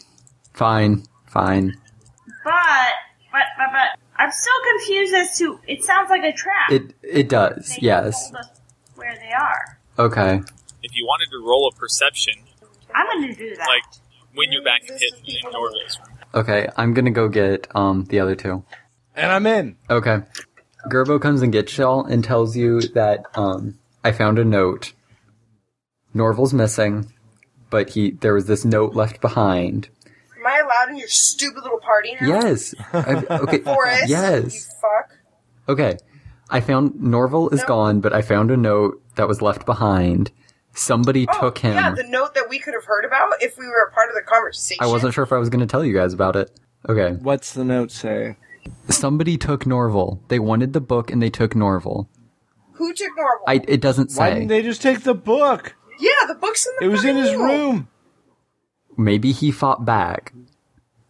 S3: Fine. Fine.
S5: But but but but I'm still confused as to. It sounds like a trap.
S3: It it
S5: They
S3: does.
S5: just
S3: Yes.
S5: told us where they are.
S3: Okay.
S2: If you wanted to roll a perception,
S5: I'm gonna do that.
S2: like when you're back and hit in Norval's
S3: Okay. I'm gonna go get um the other two.
S1: And I'm in.
S3: Okay. Gerbo comes and gets y'all and tells you that um, I found a note. Norval's missing, but he there was this note left behind.
S7: Am I allowed in your stupid little party now?
S3: Yes. I, okay.
S7: (laughs) Forrest, you
S3: Yes.
S7: fuck.
S3: Okay. I found Norval is
S7: No.
S3: gone, but I found a note that was left behind. Somebody
S7: Oh,
S3: took him.
S7: Yeah, the note that we could have heard about if we were a part of the conversation.
S3: I wasn't sure if I was going to tell you guys about it. Okay.
S1: What's the note say?
S3: Somebody took Norval. They wanted the book and they took Norval.
S7: Who took normal?
S3: I it doesn't
S1: Why
S3: say.
S1: didn't they just take the book?
S7: yeah, the book's in the.
S1: It was in
S7: fucking
S1: his room.
S3: Maybe he fought back.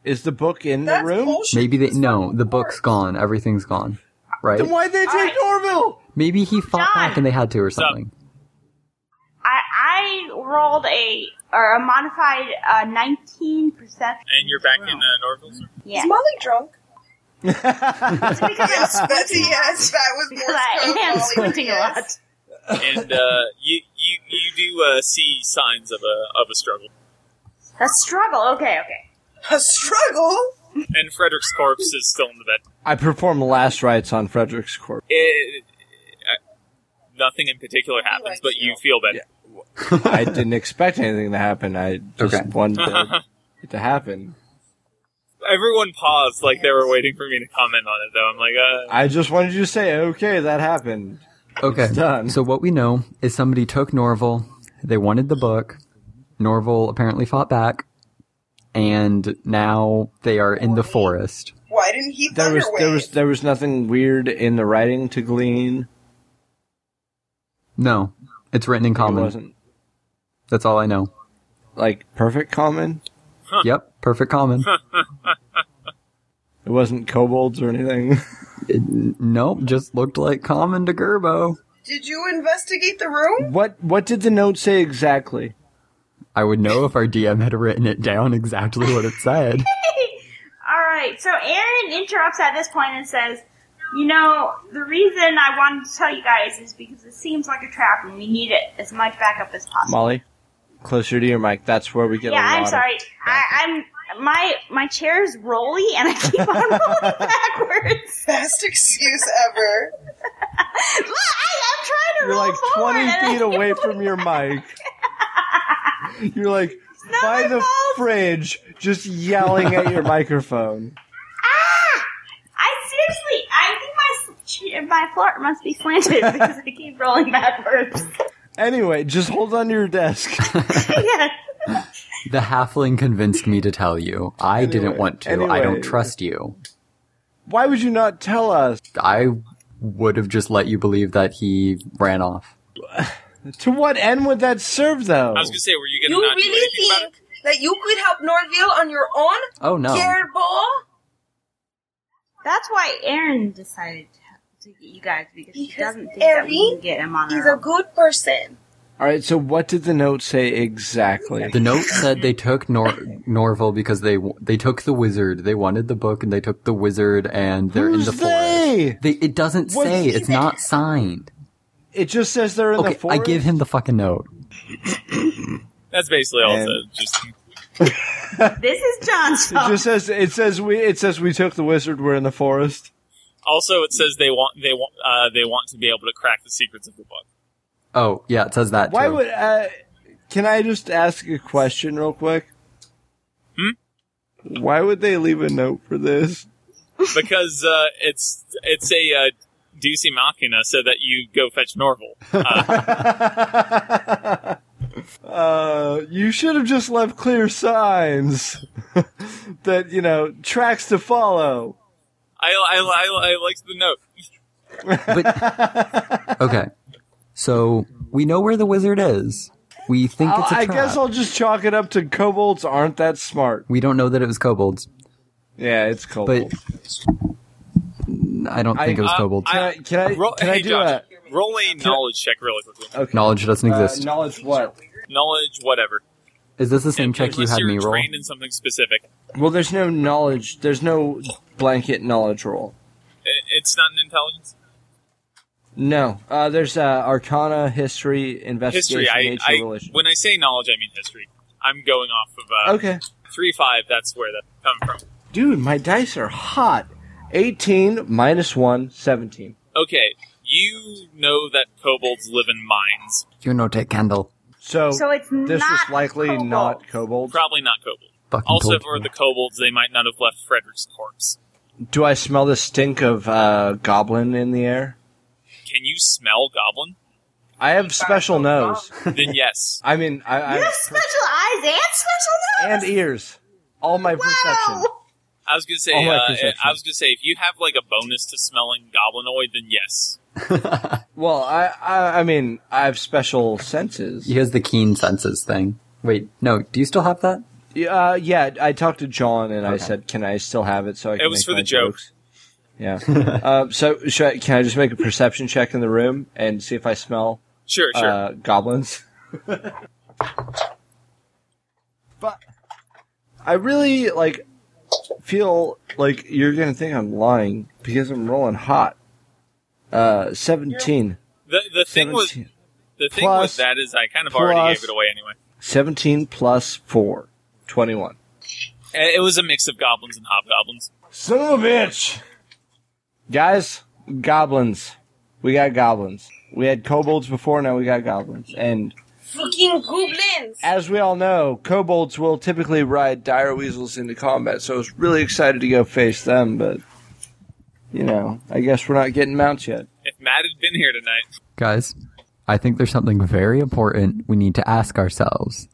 S1: Is the book in
S4: That's
S1: the room?
S4: bullshit.
S3: Maybe they no, the
S4: book
S3: book's gone. Everything's gone. Right?
S1: Then why'd they take
S5: Alright.
S1: Orville?
S3: Maybe he fought
S5: John.
S3: back and they had to or something.
S5: I, I rolled a or a modified uh, 19 perception.
S2: And you're back in uh, Norville's room?
S5: Yeah,
S4: Is Molly
S7: (laughs)
S4: drunk?
S5: it's
S3: (laughs)
S5: because I'm
S7: That's a yes. That was
S5: because I am squinting a lot.
S2: And uh, you, you, you do uh, see signs of a, of a struggle.
S5: A struggle. Okay, okay.
S7: A struggle.
S2: And Frederick's corpse is still in the bed.
S1: I performed last rites on Frederick's corpse.
S2: It, I- nothing in particular happens, but you feel better.
S1: I didn't expect anything to happen. I just
S3: Okay.
S1: wanted it to happen.
S2: Everyone paused like they were waiting for me to comment on it, though. I'm like, uh,
S1: I just wanted you to say, okay, that happened.
S3: Okay.
S1: done.
S3: So what we know is somebody took Norval, they wanted the book. Norval apparently fought back and now they are in the forest.
S7: Why didn't he
S1: There was there
S7: thunderwave?
S1: was there was nothing weird in the writing to glean.
S3: No. It's written in
S1: It
S3: common.
S1: wasn't
S3: That's all I know.
S1: like perfect common.
S3: Yep, perfect common.
S1: It wasn't kobolds or anything. (laughs)
S3: nope, just looked like common to Gerbo.
S7: Did you investigate the room?
S1: what what did the note say exactly?
S3: I would know if our DM had written it down exactly what it said.
S5: (laughs) All right. So Aaron interrupts at this point and says, "You know, the reason I wanted to tell you guys is because it seems like a trap, and we need it as much backup as possible."
S1: Molly, closer to your mic. That's where we get
S5: yeah,
S1: a lot
S5: I'm
S1: of-
S5: sorry. I, I'm my my chair is rolly, and I keep
S1: (laughs)
S5: on rolling backwards. (laughs)
S7: Best excuse (laughs) ever.
S5: Look, I, I'm trying to
S1: You're
S5: roll
S1: like
S5: forward,
S1: 20
S5: and I
S1: feet
S5: keep (laughs)
S1: away
S5: rolling
S1: from your mic. You're like by
S5: my
S1: the
S5: fault.
S1: fridge, just yelling at
S5: (laughs)
S1: your microphone.
S5: Ah! I seriously, I think my chair- my floor must be slanted (laughs) because I keep rolling backwards. (laughs)
S1: Anyway, just hold on to your desk. (laughs)
S5: yeah.
S3: The halfling convinced me to tell you. I didn't want to. I
S1: anyway.
S3: don't trust you.
S1: Why would you not tell us?
S3: I would have just let you believe that he ran off.
S1: To what end would that serve, though?
S2: I was gonna say, were you gonna
S7: You
S2: not do
S7: really
S2: anything about it?
S7: think that you could help Norville on your own,
S3: Oh no.
S7: Gerbo?
S5: That's why Erin decided to get you guys because she
S7: Because
S5: doesn't think that we
S7: Erin
S5: can get him on
S7: He's
S5: our
S7: a
S5: own.
S7: good person.
S1: All right, so what did the note say exactly?
S3: The note said they took Nor- Norval because they w- they took the wizard. They wanted the book and they took the wizard and they're
S1: Who's
S3: in the forest.
S1: they?
S3: They, it doesn't
S1: What
S3: say.
S1: is
S3: It's not signed.
S1: It just says they're in
S3: Okay,
S1: the
S3: I
S1: forest.
S3: give him the fucking note.
S2: That's basically all it
S1: And-
S2: said. Just
S5: This is John's
S1: It
S5: fault.
S1: just says it says we it says we took the wizard. We're in the forest.
S2: also, it says they want they want uh, they want to be able to crack the secrets of the book.
S3: Oh yeah, it says that.
S1: Why
S3: too.
S1: would? Uh, can I just ask a question real quick?
S2: Hmm?
S1: Why would they leave a note for this?
S2: because uh, it's it's a uh, Ducey Machina, so that you go fetch Norval. Uh,
S1: Uh, you should have just left clear signs (laughs) that you know tracks to follow.
S2: I, I, I, I liked the note.
S3: But okay, so we know where the wizard is. We think
S1: I'll,
S3: it's a
S1: Oh, I
S3: trap.
S1: guess I'll just chalk it up to kobolds aren't that smart.
S3: we don't know that it was kobolds,
S1: Yeah, it's kobold.
S3: but I don't think
S1: I-
S3: it was
S2: Uh,
S3: kobolds.
S1: Can I- can I-
S2: roll-
S1: can I
S2: hey,
S1: do
S2: Josh,
S1: a-
S2: roll a knowledge check really quickly?
S1: okay.
S3: Knowledge doesn't
S1: Uh,
S3: exist.
S1: knowledge what?
S2: Knowledge, whatever.
S3: Is this the same check you
S2: Unless
S3: had
S2: you're
S3: me roll?
S2: trained in something specific.
S1: Well, there's no knowledge. There's no blanket knowledge roll.
S2: I- It's not an intelligence
S1: No, uh, there's uh, Arcana, history, investigation,
S2: history. I,
S1: nature,
S2: I
S1: religion.
S2: when I say knowledge, I mean history. I'm going off of uh,
S1: okay,
S2: three five. That's where that come from.
S1: dude, my dice are hot. 18 minus 1, 17.
S2: Okay, you know that kobolds live in mines.
S3: You know, take candle.
S1: So,
S5: So it's
S1: this
S5: not
S1: is likely
S5: kobold.
S1: not kobold.
S2: Probably not kobolds.
S3: Fucking
S2: Also,
S3: told
S2: for
S3: you.
S2: the kobolds, they might not have left Frederick's corpse.
S1: Do I smell the stink of uh, goblin in the air?
S2: Can you smell goblin?
S1: I have special nose.
S2: Then yes.
S1: I mean, I, I
S5: You have
S1: have
S5: special eyes and special
S1: and
S5: nose.
S1: ears. All my perception.
S5: Wow.
S2: I was gonna say.
S1: Oh, my
S2: uh,
S1: perception.
S2: I was gonna say if you have like a bonus to smelling goblinoid, then yes.
S1: Well, I, I, I mean, I have special senses.
S3: He has the keen senses thing. Wait, no. Do you still have that?
S1: Yeah, uh, yeah, I talked to John and I said, "Can I still have it?" So I can
S2: was
S1: make
S2: for the
S1: my
S2: joke.
S1: jokes. (laughs) Yeah. uh, so should I, can I just make a perception check in the room and see if I smell
S2: Sure, sure.
S1: uh, (laughs) goblins? but I really like feel like you're gonna think I'm lying because I'm rolling hot. Uh, seventeen.
S2: the the thing was
S1: 17.
S2: the thing
S1: plus-
S2: with that is I kind of already
S1: plus-
S2: gave it away anyway.
S1: 17 plus 4. 21.
S2: And Uh, It was a mix of goblins and hobgoblins.
S1: Son of a bitch! Guys, goblins. We got goblins. We had kobolds before, now we got goblins. And
S4: Fucking goblins!
S1: as we all know, kobolds will typically ride dire weasels into combat, so I was really excited to go face them, but, you know, I guess we're not getting mounts yet.
S2: If Matt had been here tonight,
S3: Guys, I think there's something very important we need to ask ourselves.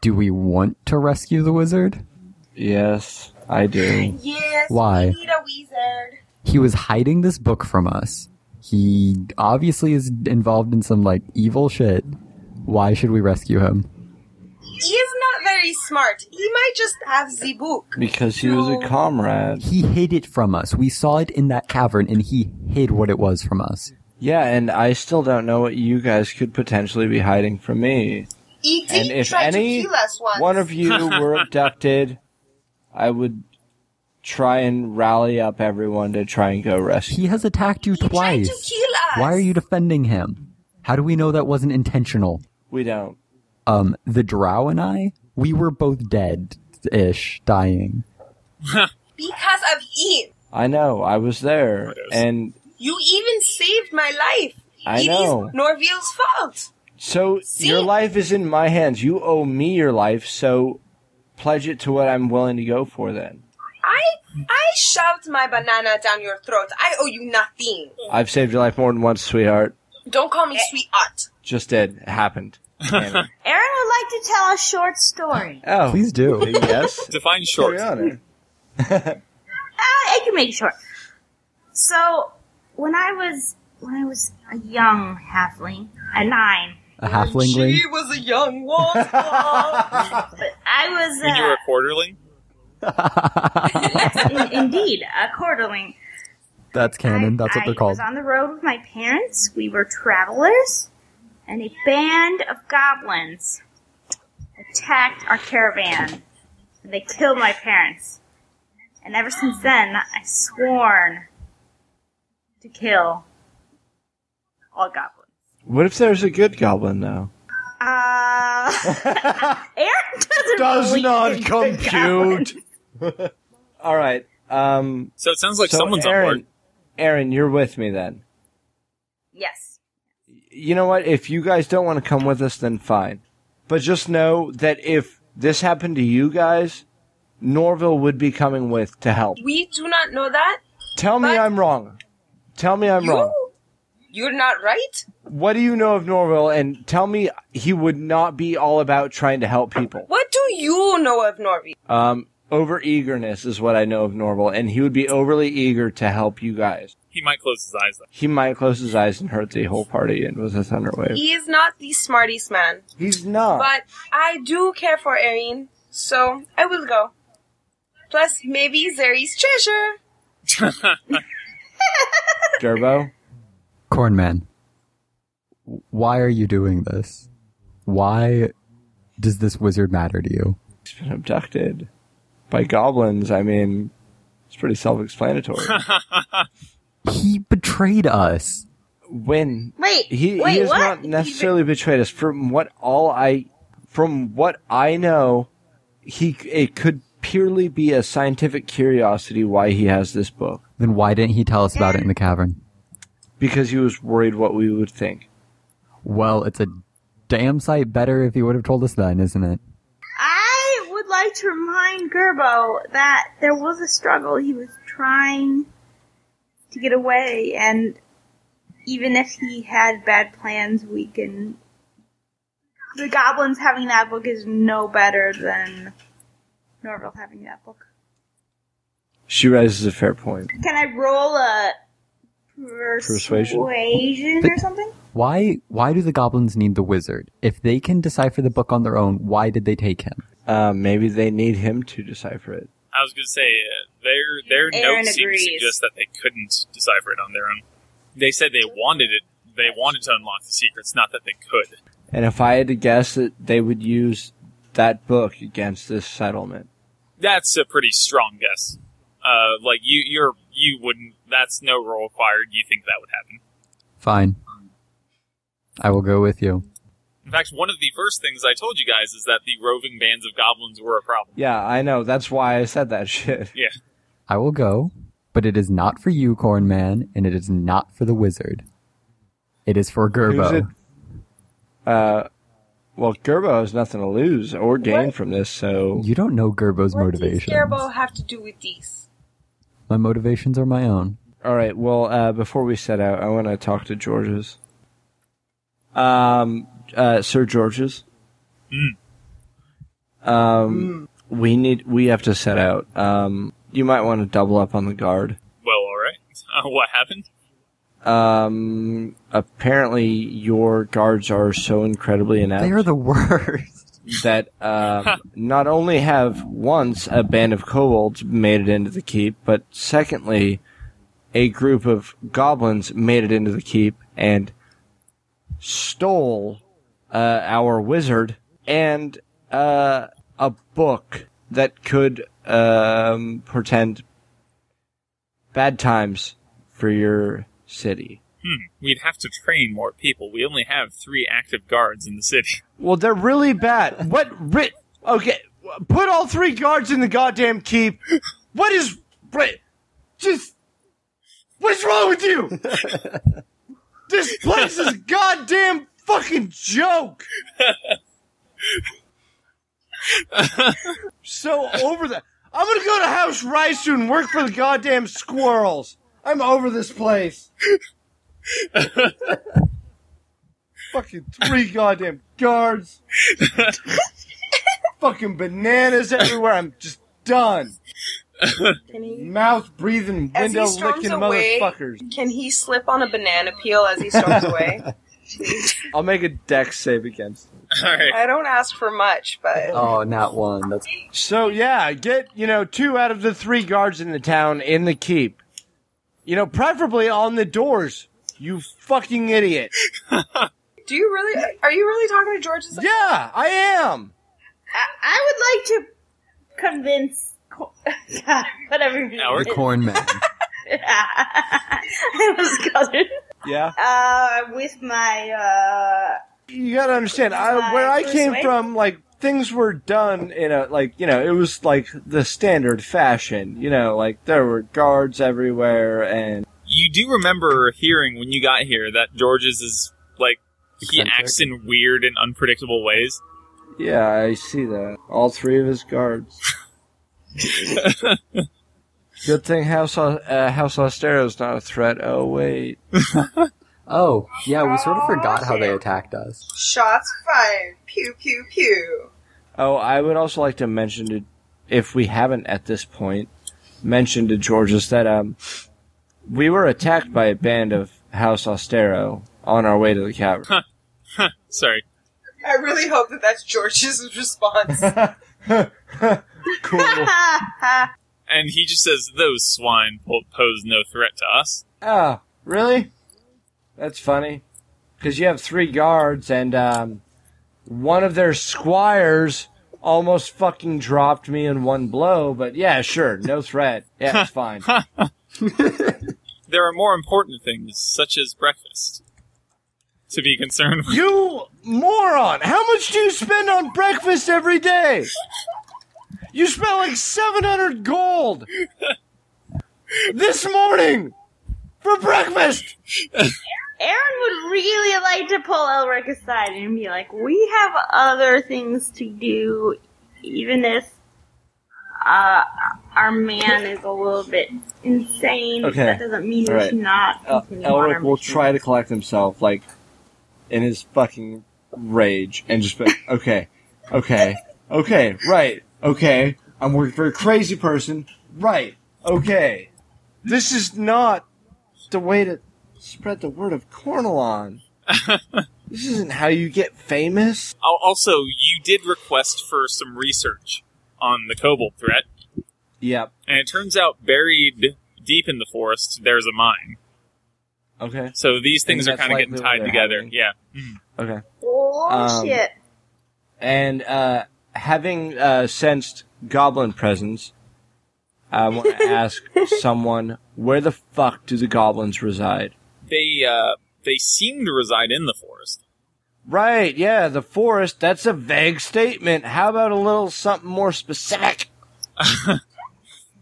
S3: Do we want to rescue the wizard?
S1: Yes, I do.
S5: Yes,
S3: Why?
S5: we need a wizard.
S3: He was hiding this book from us. He obviously is involved in some like evil shit. Why should we rescue him?
S7: He's not very smart. He might just have the book.
S1: Because he was a comrade.
S3: He hid it from us. We saw it in that cavern and he hid what it was from us.
S1: Yeah, and I still don't know what you guys could potentially be hiding from me.
S5: He
S1: And if any
S5: us once.
S1: one of you were abducted, I would try and rally up everyone to try and go rescue.
S3: He has attacked you twice. Why are you defending him? How do we know that wasn't intentional?
S1: We don't.
S3: Um, the drow and I, we were both dead ish, dying.
S7: Because of him.
S1: I know. I was there,
S2: What is?
S1: and
S7: You even saved my life.
S1: I
S7: It
S1: know.
S7: is Norville's fault.
S1: So your life is in my hands. You owe me your life. So pledge it to what I'm willing to go for. Then
S7: I I shoved my banana down your throat. I owe you nothing.
S1: I've saved your life more than once, sweetheart.
S7: Don't call me sweetheart.
S1: Just did. It happened. Anyway.
S5: Aaron would like to tell a
S1: (laughs)
S5: short story.
S1: oh,
S3: Please do.
S1: Yes.
S2: define short.
S1: Carry on, Aaron.
S5: Uh, I can make it short. So when I was when I was a young halfling, a nine,
S3: A halflingling.
S7: She was a young wolf.
S5: but I was
S2: When you
S5: uh, (laughs)
S2: were a quarterling,
S5: in- indeed a quarterling.
S3: (laughs) That's canon.
S5: I-
S3: That's what they're
S5: I
S3: called.
S5: was on the road with my parents. We were travelers, and a band of goblins attacked our caravan. And they killed my parents. And ever since then, I've sworn to kill all goblins.
S1: (laughs) What if there's a good goblin now?
S5: Uh, (laughs) Aaron doesn't believe in the goblins.
S1: (laughs) All right. Um,
S2: so it sounds like
S1: so
S2: someone's
S1: Aaron,
S2: on board.
S1: Aaron, you're with me then.
S5: Yes.
S1: You know what? If you guys don't want to come with us, then fine. But just know that if this happened to you guys, Norville would be coming with to help.
S7: (laughs) we do not know that.
S1: Tell me
S7: But-
S1: I'm wrong. Tell me I'm wrong.
S7: You you're not right.
S1: What do you know of Norville? And tell me he would not be all about trying to help people.
S7: What do you know of Norville?
S1: Um, over eagerness is what I know of Norville, and he would be overly eager to help you guys.
S2: He might close his eyes. Though.
S1: He might close his eyes and hurt the whole party and was a thunderwave.
S7: He is not the smartest man,
S1: He's not.
S7: but I do care for Erin, so I will go. Plus, maybe Zeri's treasure.
S1: Durbo.
S3: Cornman, why are you doing this? Why does this wizard matter to you?
S1: He's been abducted by goblins. I mean, it's pretty (laughs) self-explanatory.
S3: He betrayed us.
S1: when
S5: Wait.
S1: he,
S5: wait.
S1: he has
S5: what?
S1: not necessarily betrayed us. From what all I, from what I know, he it could purely be a scientific curiosity why he has this book
S3: Then why didn't he tell us about it in the cavern?
S1: because he was worried what we would think.
S3: Well, it's a damn sight better if he would have told us then, isn't it?
S5: I would like to remind Gerbo that there was a struggle. He was trying to get away, and even if he had bad plans, we can. The goblins having that book is no better than Norville having that book.
S1: She raises a fair point.
S5: Can I roll a persuasion, or something?
S3: Why why do the goblins need the wizard? If they can decipher the book on their own, why did they take him?
S1: Uh, maybe they need him to decipher it.
S2: I was going to say uh, their their
S5: Aaron
S2: notes seem to
S5: agrees.
S2: suggest that they couldn't decipher it on their own. They said they wanted it. They wanted to unlock the secrets, not that they could.
S1: And if I had to guess it, they would use that book against this settlement.
S2: That's a pretty strong guess. Uh, like you, you're you wouldn't. That's no role required. You think that would happen?
S3: Fine. I will go with you.
S2: In fact, one of the first things I told you guys is that the roving bands of goblins were a problem.
S1: Yeah, I know. That's why I said that (laughs) shit.
S2: Yeah.
S3: I will go, but it is not for you, Corn Man, and it is not for the wizard. It is for Gerbo.
S9: Who's it?
S1: Uh, well, Gerbo has nothing to lose or gain from this, so
S3: You don't know Gerbo's
S4: What does
S3: motivations.
S4: Garbo have to do with these?
S3: My motivations are my own.
S1: All right. Well, uh, before we set out, I want to talk to Georges. Um, uh, Sir Georges. Um, we need. We have to set out. Um, you might want to double up on the guard.
S2: Well, all right. Uh, what happened?
S1: Um, apparently your guards are so incredibly inept
S3: They are the worst.
S1: that um, not only have once a band of kobolds made it into the keep, but secondly, a group of goblins made it into the keep and stole uh, our wizard and uh, a book that could um, portend bad times for your city.
S2: We'd have to train more people. We only have three active guards in the city.
S1: Well, they're really bad.
S9: What? Ri- okay, put all three guards in the goddamn keep. What is? Bri- Just. What's wrong with you? this place is a goddamn fucking joke. so over the. I'm gonna go to House Raisu and work for the goddamn squirrels. I'm over this place. fucking three goddamn
S4: (laughs)
S9: guards fucking bananas everywhere. I'm just done.
S4: Can he,
S9: Mouth breathing,
S4: As he
S9: window
S4: storms
S9: licking
S4: away-
S9: motherfuckers.
S4: can he slip on a banana peel as he storms away?
S1: I'll make a dex save against. them.
S2: (laughs) All right.
S4: I don't ask for much, but
S3: (laughs) Oh, not one. That's
S9: So yeah, get you know two out of the three guards in the town in the keep. You know, preferably on the doors. You fucking idiot.
S4: do you really? Are you really talking to George? It's like,
S9: Yeah, I am.
S5: I, I would like to convince (laughs) Co- whatever. his name
S2: Our
S5: is.
S3: the Corn Man.
S5: (laughs) I was colored.
S1: Yeah.
S5: Uh, with my uh,
S9: You gotta understand, I, where I came from, like things were done in a like you know it was like the standard fashion. You know, like there were guards everywhere and
S2: You do remember hearing when you got here that George's is like he
S3: Eccentric.
S2: acts in weird and unpredictable ways. (laughs)
S1: Yeah, I see that. All three of his guards. Good thing House Au- uh, House Austero's not a threat. Oh wait,
S3: Oh, yeah, we sort of forgot how they attacked us.
S4: shots fired. Pew pew pew.
S1: Oh, I would also like to mention to, if we haven't at this point, mentioned to Georges that um, we were attacked by a band of House Austero on our way to the cavern.
S2: Sorry.
S4: I really hope that that's George's (laughs) response.
S9: cool.
S2: And he just says those swine po- pose no threat to us.
S1: oh, really? That's funny, because you have three guards and um, one of their squires almost fucking dropped me in one blow. But yeah, sure, no threat. Yeah, it's fine.
S2: There are more important things such as breakfast to be concerned with.
S9: You moron! How much do you spend on breakfast every day? You spent like 700 gold this morning for breakfast!
S5: Aaron would really like to pull Elric aside and be like, "We have other things to do, even if uh, our man is a little bit insane.
S1: Okay.
S5: That doesn't mean we
S1: Alright.
S5: should not
S1: uh,
S5: continue on our
S1: Elric will
S5: mission.
S1: try to collect himself, like in his fucking rage, and just be like, okay, okay, okay, right, okay. I'm working for a crazy person, right? Okay,
S9: This is not
S1: it's the way to spread the word of Cornelon. This isn't how you get famous.
S2: Al- Also, you did request for some research on the kobold threat,
S1: Yep.
S2: and it turns out buried deep in the forest there's a mine.
S1: Okay.
S2: So these things
S1: And
S2: are
S1: that's
S2: kind of
S1: likely
S2: getting
S1: what
S2: tied
S1: they're
S2: together.
S1: having.
S2: Yeah.
S1: Okay.
S5: Oh
S1: Um,
S5: shit!
S1: And uh, having uh, sensed goblin presence, I (laughs) want to ask someone where the fuck do the goblins reside?
S2: They uh, they seem to reside in the forest.
S1: Right, yeah, the forest, that's a vague statement. How about a little something more specific?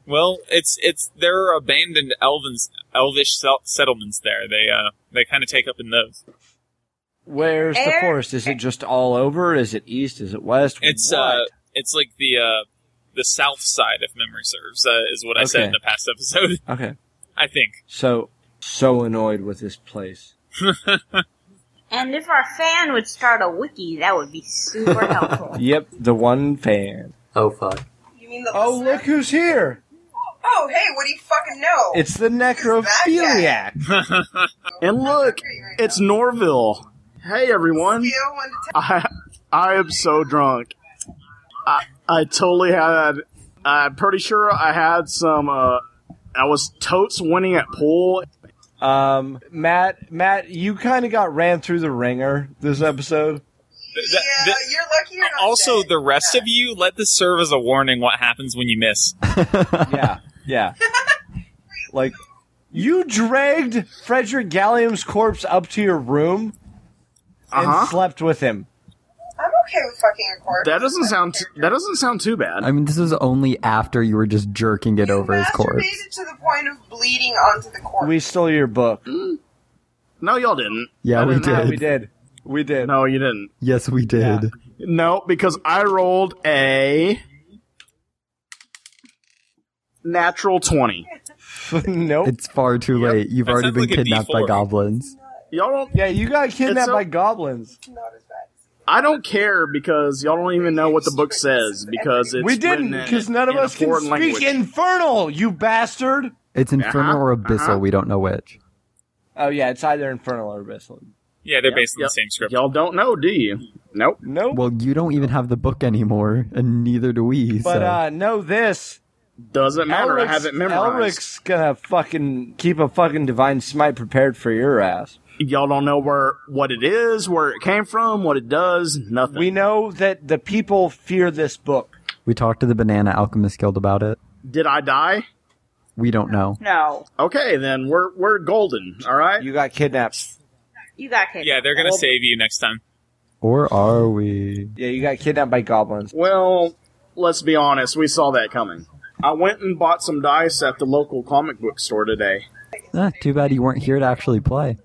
S2: Well, it's it's there are abandoned elvins, elvish sel- settlements there. They uh they kind of take up in those.
S1: Where's the
S10: Air-
S1: forest? Is it just all over? Is it east? Is it west?
S2: It's
S1: What?
S2: uh it's like the uh the south side, if memory serves, uh, is what I said
S1: Okay.
S2: in the past episode. (laughs)
S1: Okay.
S2: I think.
S1: So so annoyed with this place.
S5: And if our fan would start a wiki, that would be
S11: (laughs)
S5: super helpful.
S1: Yep, the one fan.
S3: Oh fuck.
S4: You mean the
S12: Oh,
S4: listener?
S12: look who's here.
S4: Oh, hey, what do you fucking know?
S1: It's the necrophiliac.
S13: And look, it's Norville. Hey everyone.
S4: Feel when to tell-
S13: I I am so drunk. I I totally had. I'm pretty sure I had some. Uh, I was totes winning at pool.
S1: Um Matt Matt, you kinda got ran through the ringer this
S3: (laughs)
S1: episode.
S2: Th- th-
S4: yeah,
S2: th-
S4: you're lucky you're not
S2: also,
S4: dead.
S2: the rest of you, let this serve as a warning. What happens when you miss?
S1: Yeah, yeah. like you dragged Frederick Gallium's corpse up to your room and
S13: Uh huh.
S1: slept with him.
S4: I'm okay with fucking a corpse.
S13: That doesn't sound. T- that doesn't sound too bad.
S3: I mean, this was only after you were just jerking it
S4: You
S3: over his corpse.
S4: masturbated to the point of bleeding onto the corpse.
S1: We stole your book.
S13: No, y'all didn't.
S3: Yeah,
S13: I
S3: we
S13: didn't
S1: Yeah,
S13: have-
S1: we did. We did.
S13: No, you didn't.
S3: Yes, we did.
S1: Yeah.
S13: No, because I rolled a natural twenty.
S1: (laughs) nope.
S3: It's far too late. You've
S2: That
S3: already
S2: sounds
S3: been
S2: like a
S3: kidnapped by
S2: D4.
S3: goblins.
S13: Y'all don't.
S1: yeah, you got kidnapped
S13: It's a-
S1: by goblins.
S4: Not as bad.
S13: I don't care because y'all don't even know what the book says because it's
S1: we
S13: written
S1: didn't,
S13: in-
S1: because none of
S13: in a
S1: us can
S13: foreign
S1: speak
S13: language.
S1: infernal, you bastard.
S3: It's infernal
S13: Uh-huh,
S3: or abyssal.
S13: uh-huh.
S3: We don't know which.
S1: Oh yeah, it's either infernal or abyssal.
S2: Yeah, they're
S13: Yep,
S2: based on
S13: yep.
S2: the same script.
S13: Y'all don't know, do you? Nope.
S1: Nope.
S3: Well, you don't even have the book anymore, and neither do we.
S1: but
S3: so.
S1: uh, know this.
S13: Doesn't matter.
S1: Elric's,
S13: I haven't memorized.
S1: Elric's gonna fucking keep a fucking divine smite prepared for your ass.
S13: Y'all don't know where what it is, where it came from, what it does. Nothing.
S1: We know that the people fear this book.
S3: we talked to the Banana Alchemist Guild about it.
S13: Did I die?
S3: We don't know.
S5: no,
S13: Okay, then we're we're golden. All right.
S1: You got kidnapped.
S5: you got kidding.
S2: Yeah, they're gonna save you next time.
S3: Or are we?
S1: Yeah, you got kidnapped by goblins.
S13: Well, let's be honest. We saw that coming. I went and bought some dice at the local comic book
S2: (laughs)
S13: store today.
S3: Ah, too bad you weren't here to actually play.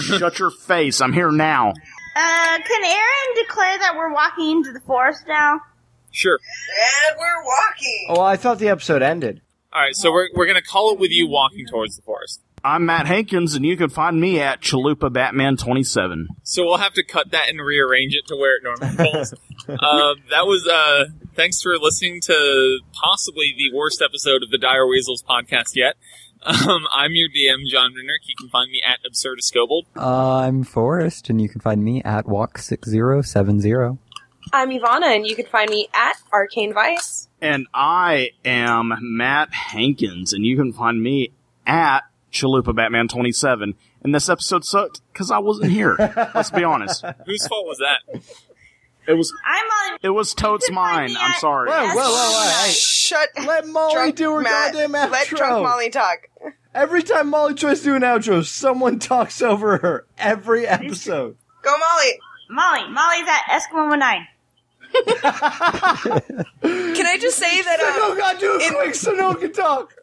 S13: Shut your face! I'm here now.
S5: Uh, can Aaron declare that we're walking into the forest now?
S2: Sure.
S4: And we're walking.
S1: Oh, well, I thought the episode ended.
S2: All right, so we're we're gonna call it with you walking towards the forest.
S13: I'm Matt Hankins, and you can find me at Chalupa Batman 27.
S2: So we'll have to cut that and rearrange it to where it normally falls. um, that was uh, thanks for listening to possibly the worst episode of the Dire Weasels podcast yet. Um, I'm your DM, John Rennerk. You can find me at Absurdus Gobold.
S3: I'm Forrest, and you can find me at walk6070.
S10: I'm Ivana, and you can find me at Arcane Vice.
S13: And I am Matt Hankins, and you can find me at Chalupa Batman 27. And this episode sucked because I wasn't here. Let's be honest.
S2: Whose fault was that?
S13: It was
S5: I'm on.
S13: it was totes mine. I'm sorry.
S1: Whoa, whoa, whoa, whoa! Hey,
S4: Shut
S1: (laughs) let Molly
S4: drunk
S1: do her
S4: Matt.
S1: goddamn outro.
S4: Let drunk Molly talk.
S1: Every time Molly tries to do an outro, someone (laughs) talks over her every
S3: (laughs)
S1: episode.
S4: Go, Molly.
S5: Molly. Molly's at Eskimo19.
S4: Can I just say that?
S1: Oh
S4: Um,
S1: God, do it quick so no one can
S3: (laughs)
S1: talk.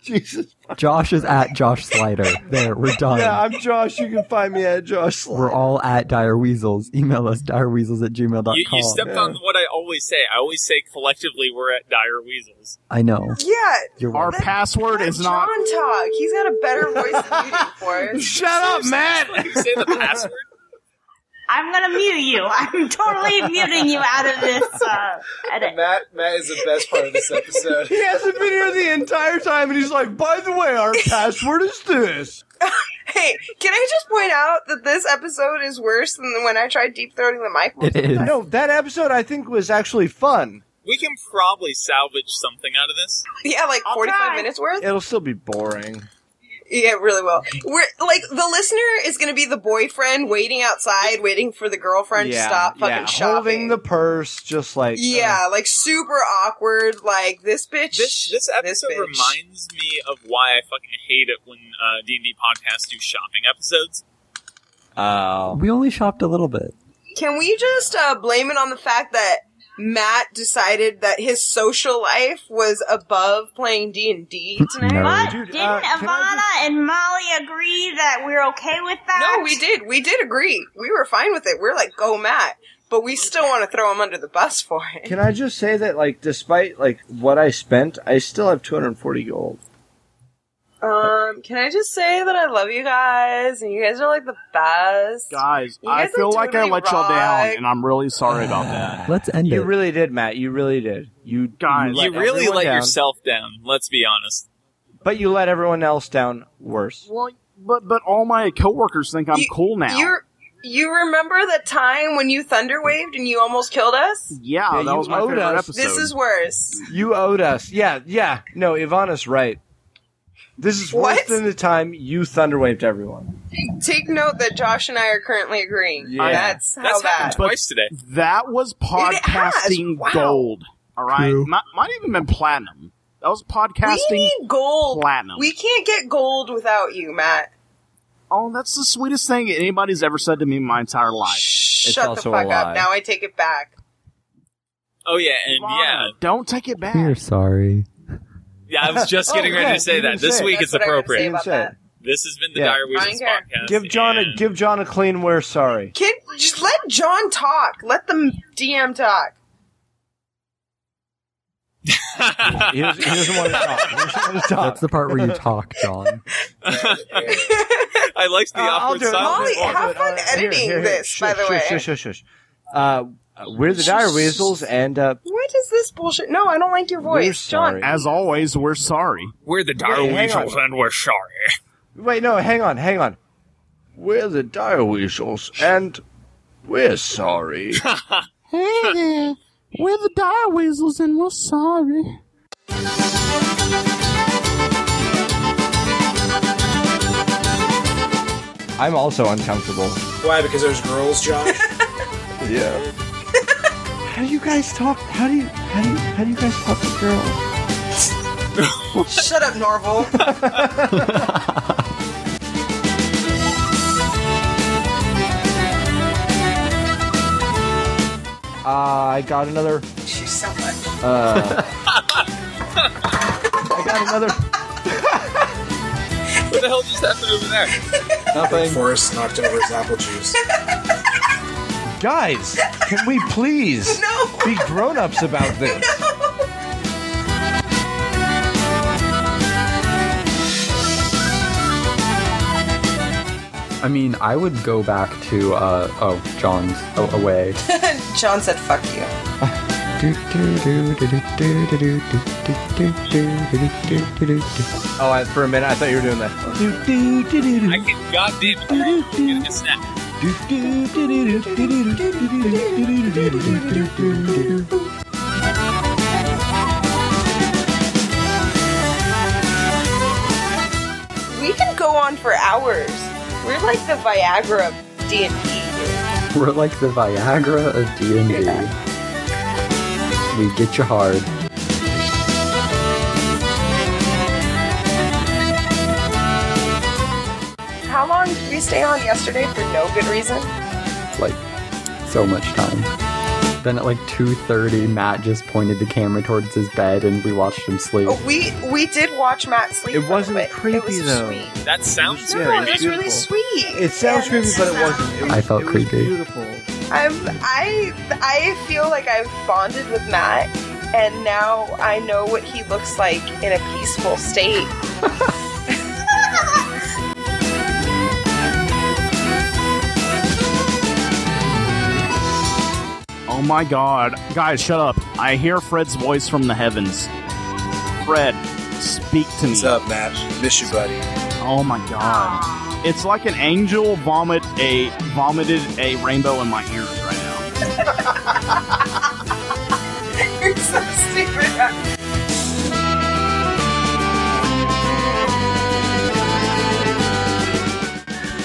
S1: Jesus.
S3: Josh is at Josh Slider. There, we're done.
S1: Yeah, I'm Josh. You can find me at Josh.
S3: we're all at Dire Weasels. Email us direweasels at gmail.com.
S2: You, you stepped on what I always say. I always say collectively we're at Dire Weasels.
S3: I know.
S4: yeah.
S3: You're
S13: Our
S3: right.
S13: password
S4: Let
S13: is not.
S4: John talk.
S1: (laughs)
S4: He's got a better voice than you do for us.
S1: Shut up, Matt.
S2: Did you say the password?
S5: I'm gonna mute you. (laughs) I'm totally muting you out of this uh, edit.
S6: Matt, Matt is the best part of this episode.
S11: He hasn't been here the entire time, and he's like, by the way, our password is this.
S4: Hey, can I just point out that this episode is worse than when I tried deep throating the mic?
S3: It is.
S11: No, that episode I think was actually fun.
S2: We can probably salvage something out of this.
S4: Yeah, like
S5: I'll
S4: 45
S5: try.
S4: minutes worth?
S11: It'll still be boring.
S4: Yeah, it really will. We're like the listener is going to be the boyfriend waiting outside, waiting for the girlfriend to stop fucking shopping.
S11: holding the purse, just like
S1: uh,
S4: yeah, like super awkward. Like this bitch.
S2: uh, This this episode
S4: bitch.
S2: reminds me of why I fucking hate it when uh, D and D podcasts do shopping episodes.
S11: Oh,
S3: We only shopped a little bit.
S4: Can we just uh, blame it on the fact that Matt decided that his social life was above playing D and D tonight?
S3: No.
S5: But
S11: Dude, uh,
S5: didn't
S11: can
S5: Ivana
S11: I
S5: and Molly agree that we're okay with that?
S4: No, we did. We did agree. We were fine with it. We are like, go Matt, but we still want to throw him under the bus for it.
S1: Can I just say that, like, despite like what I spent, I still have 240 gold.
S4: Um, can I just say that I love you guys, and you guys are like the best.
S13: Guys,
S4: You
S13: I
S4: guys are
S13: feel like I
S4: totally
S13: let y'all down,
S4: right.
S13: and I'm really
S1: (sighs)
S13: sorry about that.
S3: Let's end
S1: You
S3: it.
S1: really did, Matt. You really did. You
S13: Guys,
S1: let
S2: You really
S1: everyone
S2: let
S1: down,
S2: yourself down. Let's be honest.
S1: but you let everyone else down worse.
S13: Well, but but all my coworkers think I'm
S4: You-
S13: cool now.
S4: You you remember the time when you thunder waved and you almost killed us?
S13: yeah,
S1: Yeah,
S13: that
S1: you
S13: was my
S1: owed
S13: favorite
S1: us.
S13: episode.
S4: This is worse.
S1: You owed us. Yeah, yeah. No, Ivana's right. This is worse
S4: What?
S1: than the time you thunderwaved everyone.
S4: Take note that Josh and I are currently agreeing.
S1: Yeah.
S4: That's how
S2: That's
S4: bad.
S2: happened twice today.
S13: that was podcasting
S4: has, wow.
S13: gold. All right,
S3: True.
S13: might, might even been platinum. That was
S4: We
S13: podcasting.
S4: need gold.
S13: platinum.
S4: We can't get gold without you, Matt.
S13: oh, that's the sweetest thing anybody's ever said to me in my entire life.
S4: Shut the
S1: also
S4: fuck
S1: a
S4: up.
S1: lie.
S4: Now I take it back.
S2: Oh yeah, and yeah,
S13: Lana, don't take it back.
S3: We're sorry.
S2: yeah. I was just getting
S1: Oh,
S2: ready
S1: yeah,
S2: to say
S1: you
S2: that.
S1: didn't
S2: This
S1: say it.
S2: week
S4: That's
S2: it's
S4: what I gotta
S2: appropriate.
S4: say about
S1: Insane.
S4: that.
S2: This has been the
S1: Yeah.
S2: Dire
S4: I
S2: Weasels
S4: don't care.
S2: podcast.
S1: Give John a
S2: and-
S1: give John a clean. We're sorry.
S4: Kid, just let John talk. Let the DM talk.
S1: He doesn't, he doesn't want to talk. He doesn't want to talk.
S3: That's the part (laughs) where you talk, John.
S2: I liked the
S1: Uh, I'll
S2: awkward
S1: do it.
S2: silence.
S4: Molly, how-
S1: I'll
S4: have fun
S1: do it. All right, here,
S4: editing
S1: here, here.
S4: this,
S1: Shush,
S4: by the
S1: shush,
S4: way.
S1: Shush, shush, shush. Uh, we're the Dire Weasels, and uh,
S4: What is this bullshit? No, I don't like your
S1: we're
S4: voice, John.
S1: sorry.
S13: As always, we're sorry.
S2: We're the Dire
S1: Wait, hang
S2: Weasels, and we're sorry.
S1: Wait, no, hang on, hang on. We're the Dire Weasels, and we're
S3: (laughs)
S1: sorry.
S13: Hey, we're the Dire Weasels, and we're sorry.
S1: I'm also uncomfortable.
S6: (laughs) Why? Because there's girls, John.
S1: Yeah. how do you guys talk? How do you how do you, how do you guys talk to girls?
S4: (laughs) Shut up,
S1: (laughs)
S4: Norval.
S1: Uh, I got another.
S4: She's so much.
S1: I got another.
S2: What the hell just happened over there?
S6: Big
S1: Nothing.
S6: Forest knocked over his apple juice.
S1: Guys, can we (laughs) please
S4: No.
S1: be grown-ups about (laughs) this?
S3: I mean, I would go back to uh oh, John's oh, away. (laughs)
S4: John said, "Fuck you."
S1: Oh, I, for a minute I thought you were doing
S2: I
S1: that.
S2: can goddamn it. Get a snap.
S4: We can go on for hours. We're like the Viagra of D and D.
S3: We're like the Viagra of D and D. We get you hard.
S4: How long did we stay on yesterday for no good reason?
S3: like so much time. Then at like 2:30, Matt just pointed the camera towards his bed and we watched him sleep.
S4: Oh, we we did watch Matt sleep.
S1: It
S4: for a little
S1: wasn't
S4: bit.
S1: creepy,
S4: it was
S1: though.
S4: Sweet.
S2: That sounds
S1: Yeah,
S4: No, it
S2: great.
S4: was
S1: beautiful.
S4: really sweet.
S1: It sounds creepy, but it wasn't. It was,
S3: I felt
S1: it was
S3: creepy.
S1: Beautiful.
S4: I'm, I I feel like I've bonded with Matt, and now I know what he looks like in a peaceful state. (laughs)
S13: Oh my god. Guys, shut up. I hear Fred's voice from the heavens. Fred, speak to me.
S6: What's up, Matt? Miss you, buddy.
S13: Oh my god. It's like an angel vomit a vomited a rainbow in my ears right now.
S5: You're so stupid.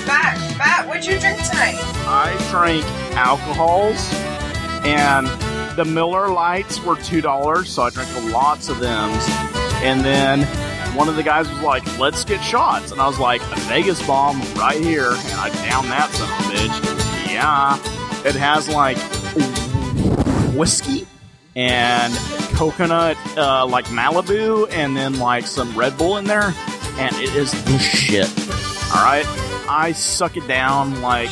S4: Matt, Matt, what'd you drink tonight?
S13: I drank alcohols and the Miller lights were two dollars, so I drank lots of them. And then one of the guys was like, Let's get shots and I was like, A Vegas bomb right here and I downed that son of a bitch. Yeah. It has like whiskey and coconut, uh, like Malibu, and then like some Red Bull in there, and it is the shit. All right, I suck it down like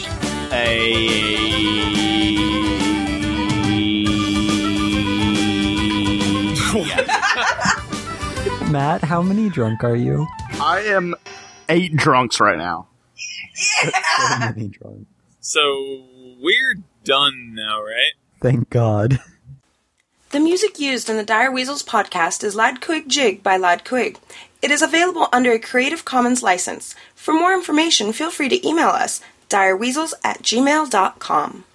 S13: a. Yeah.
S3: Oh, Matt, how many drunk are (laughs) you?
S13: (laughs) I am eight drunks right now.
S3: so many drunk.
S2: So we're done now, right?
S3: Thank God.
S5: The music used in the Dire Weasels podcast is Lad Quig Jig by Lad Quig. It is available under a Creative Commons license. For more information, feel free to email us direweasels at gmail.com.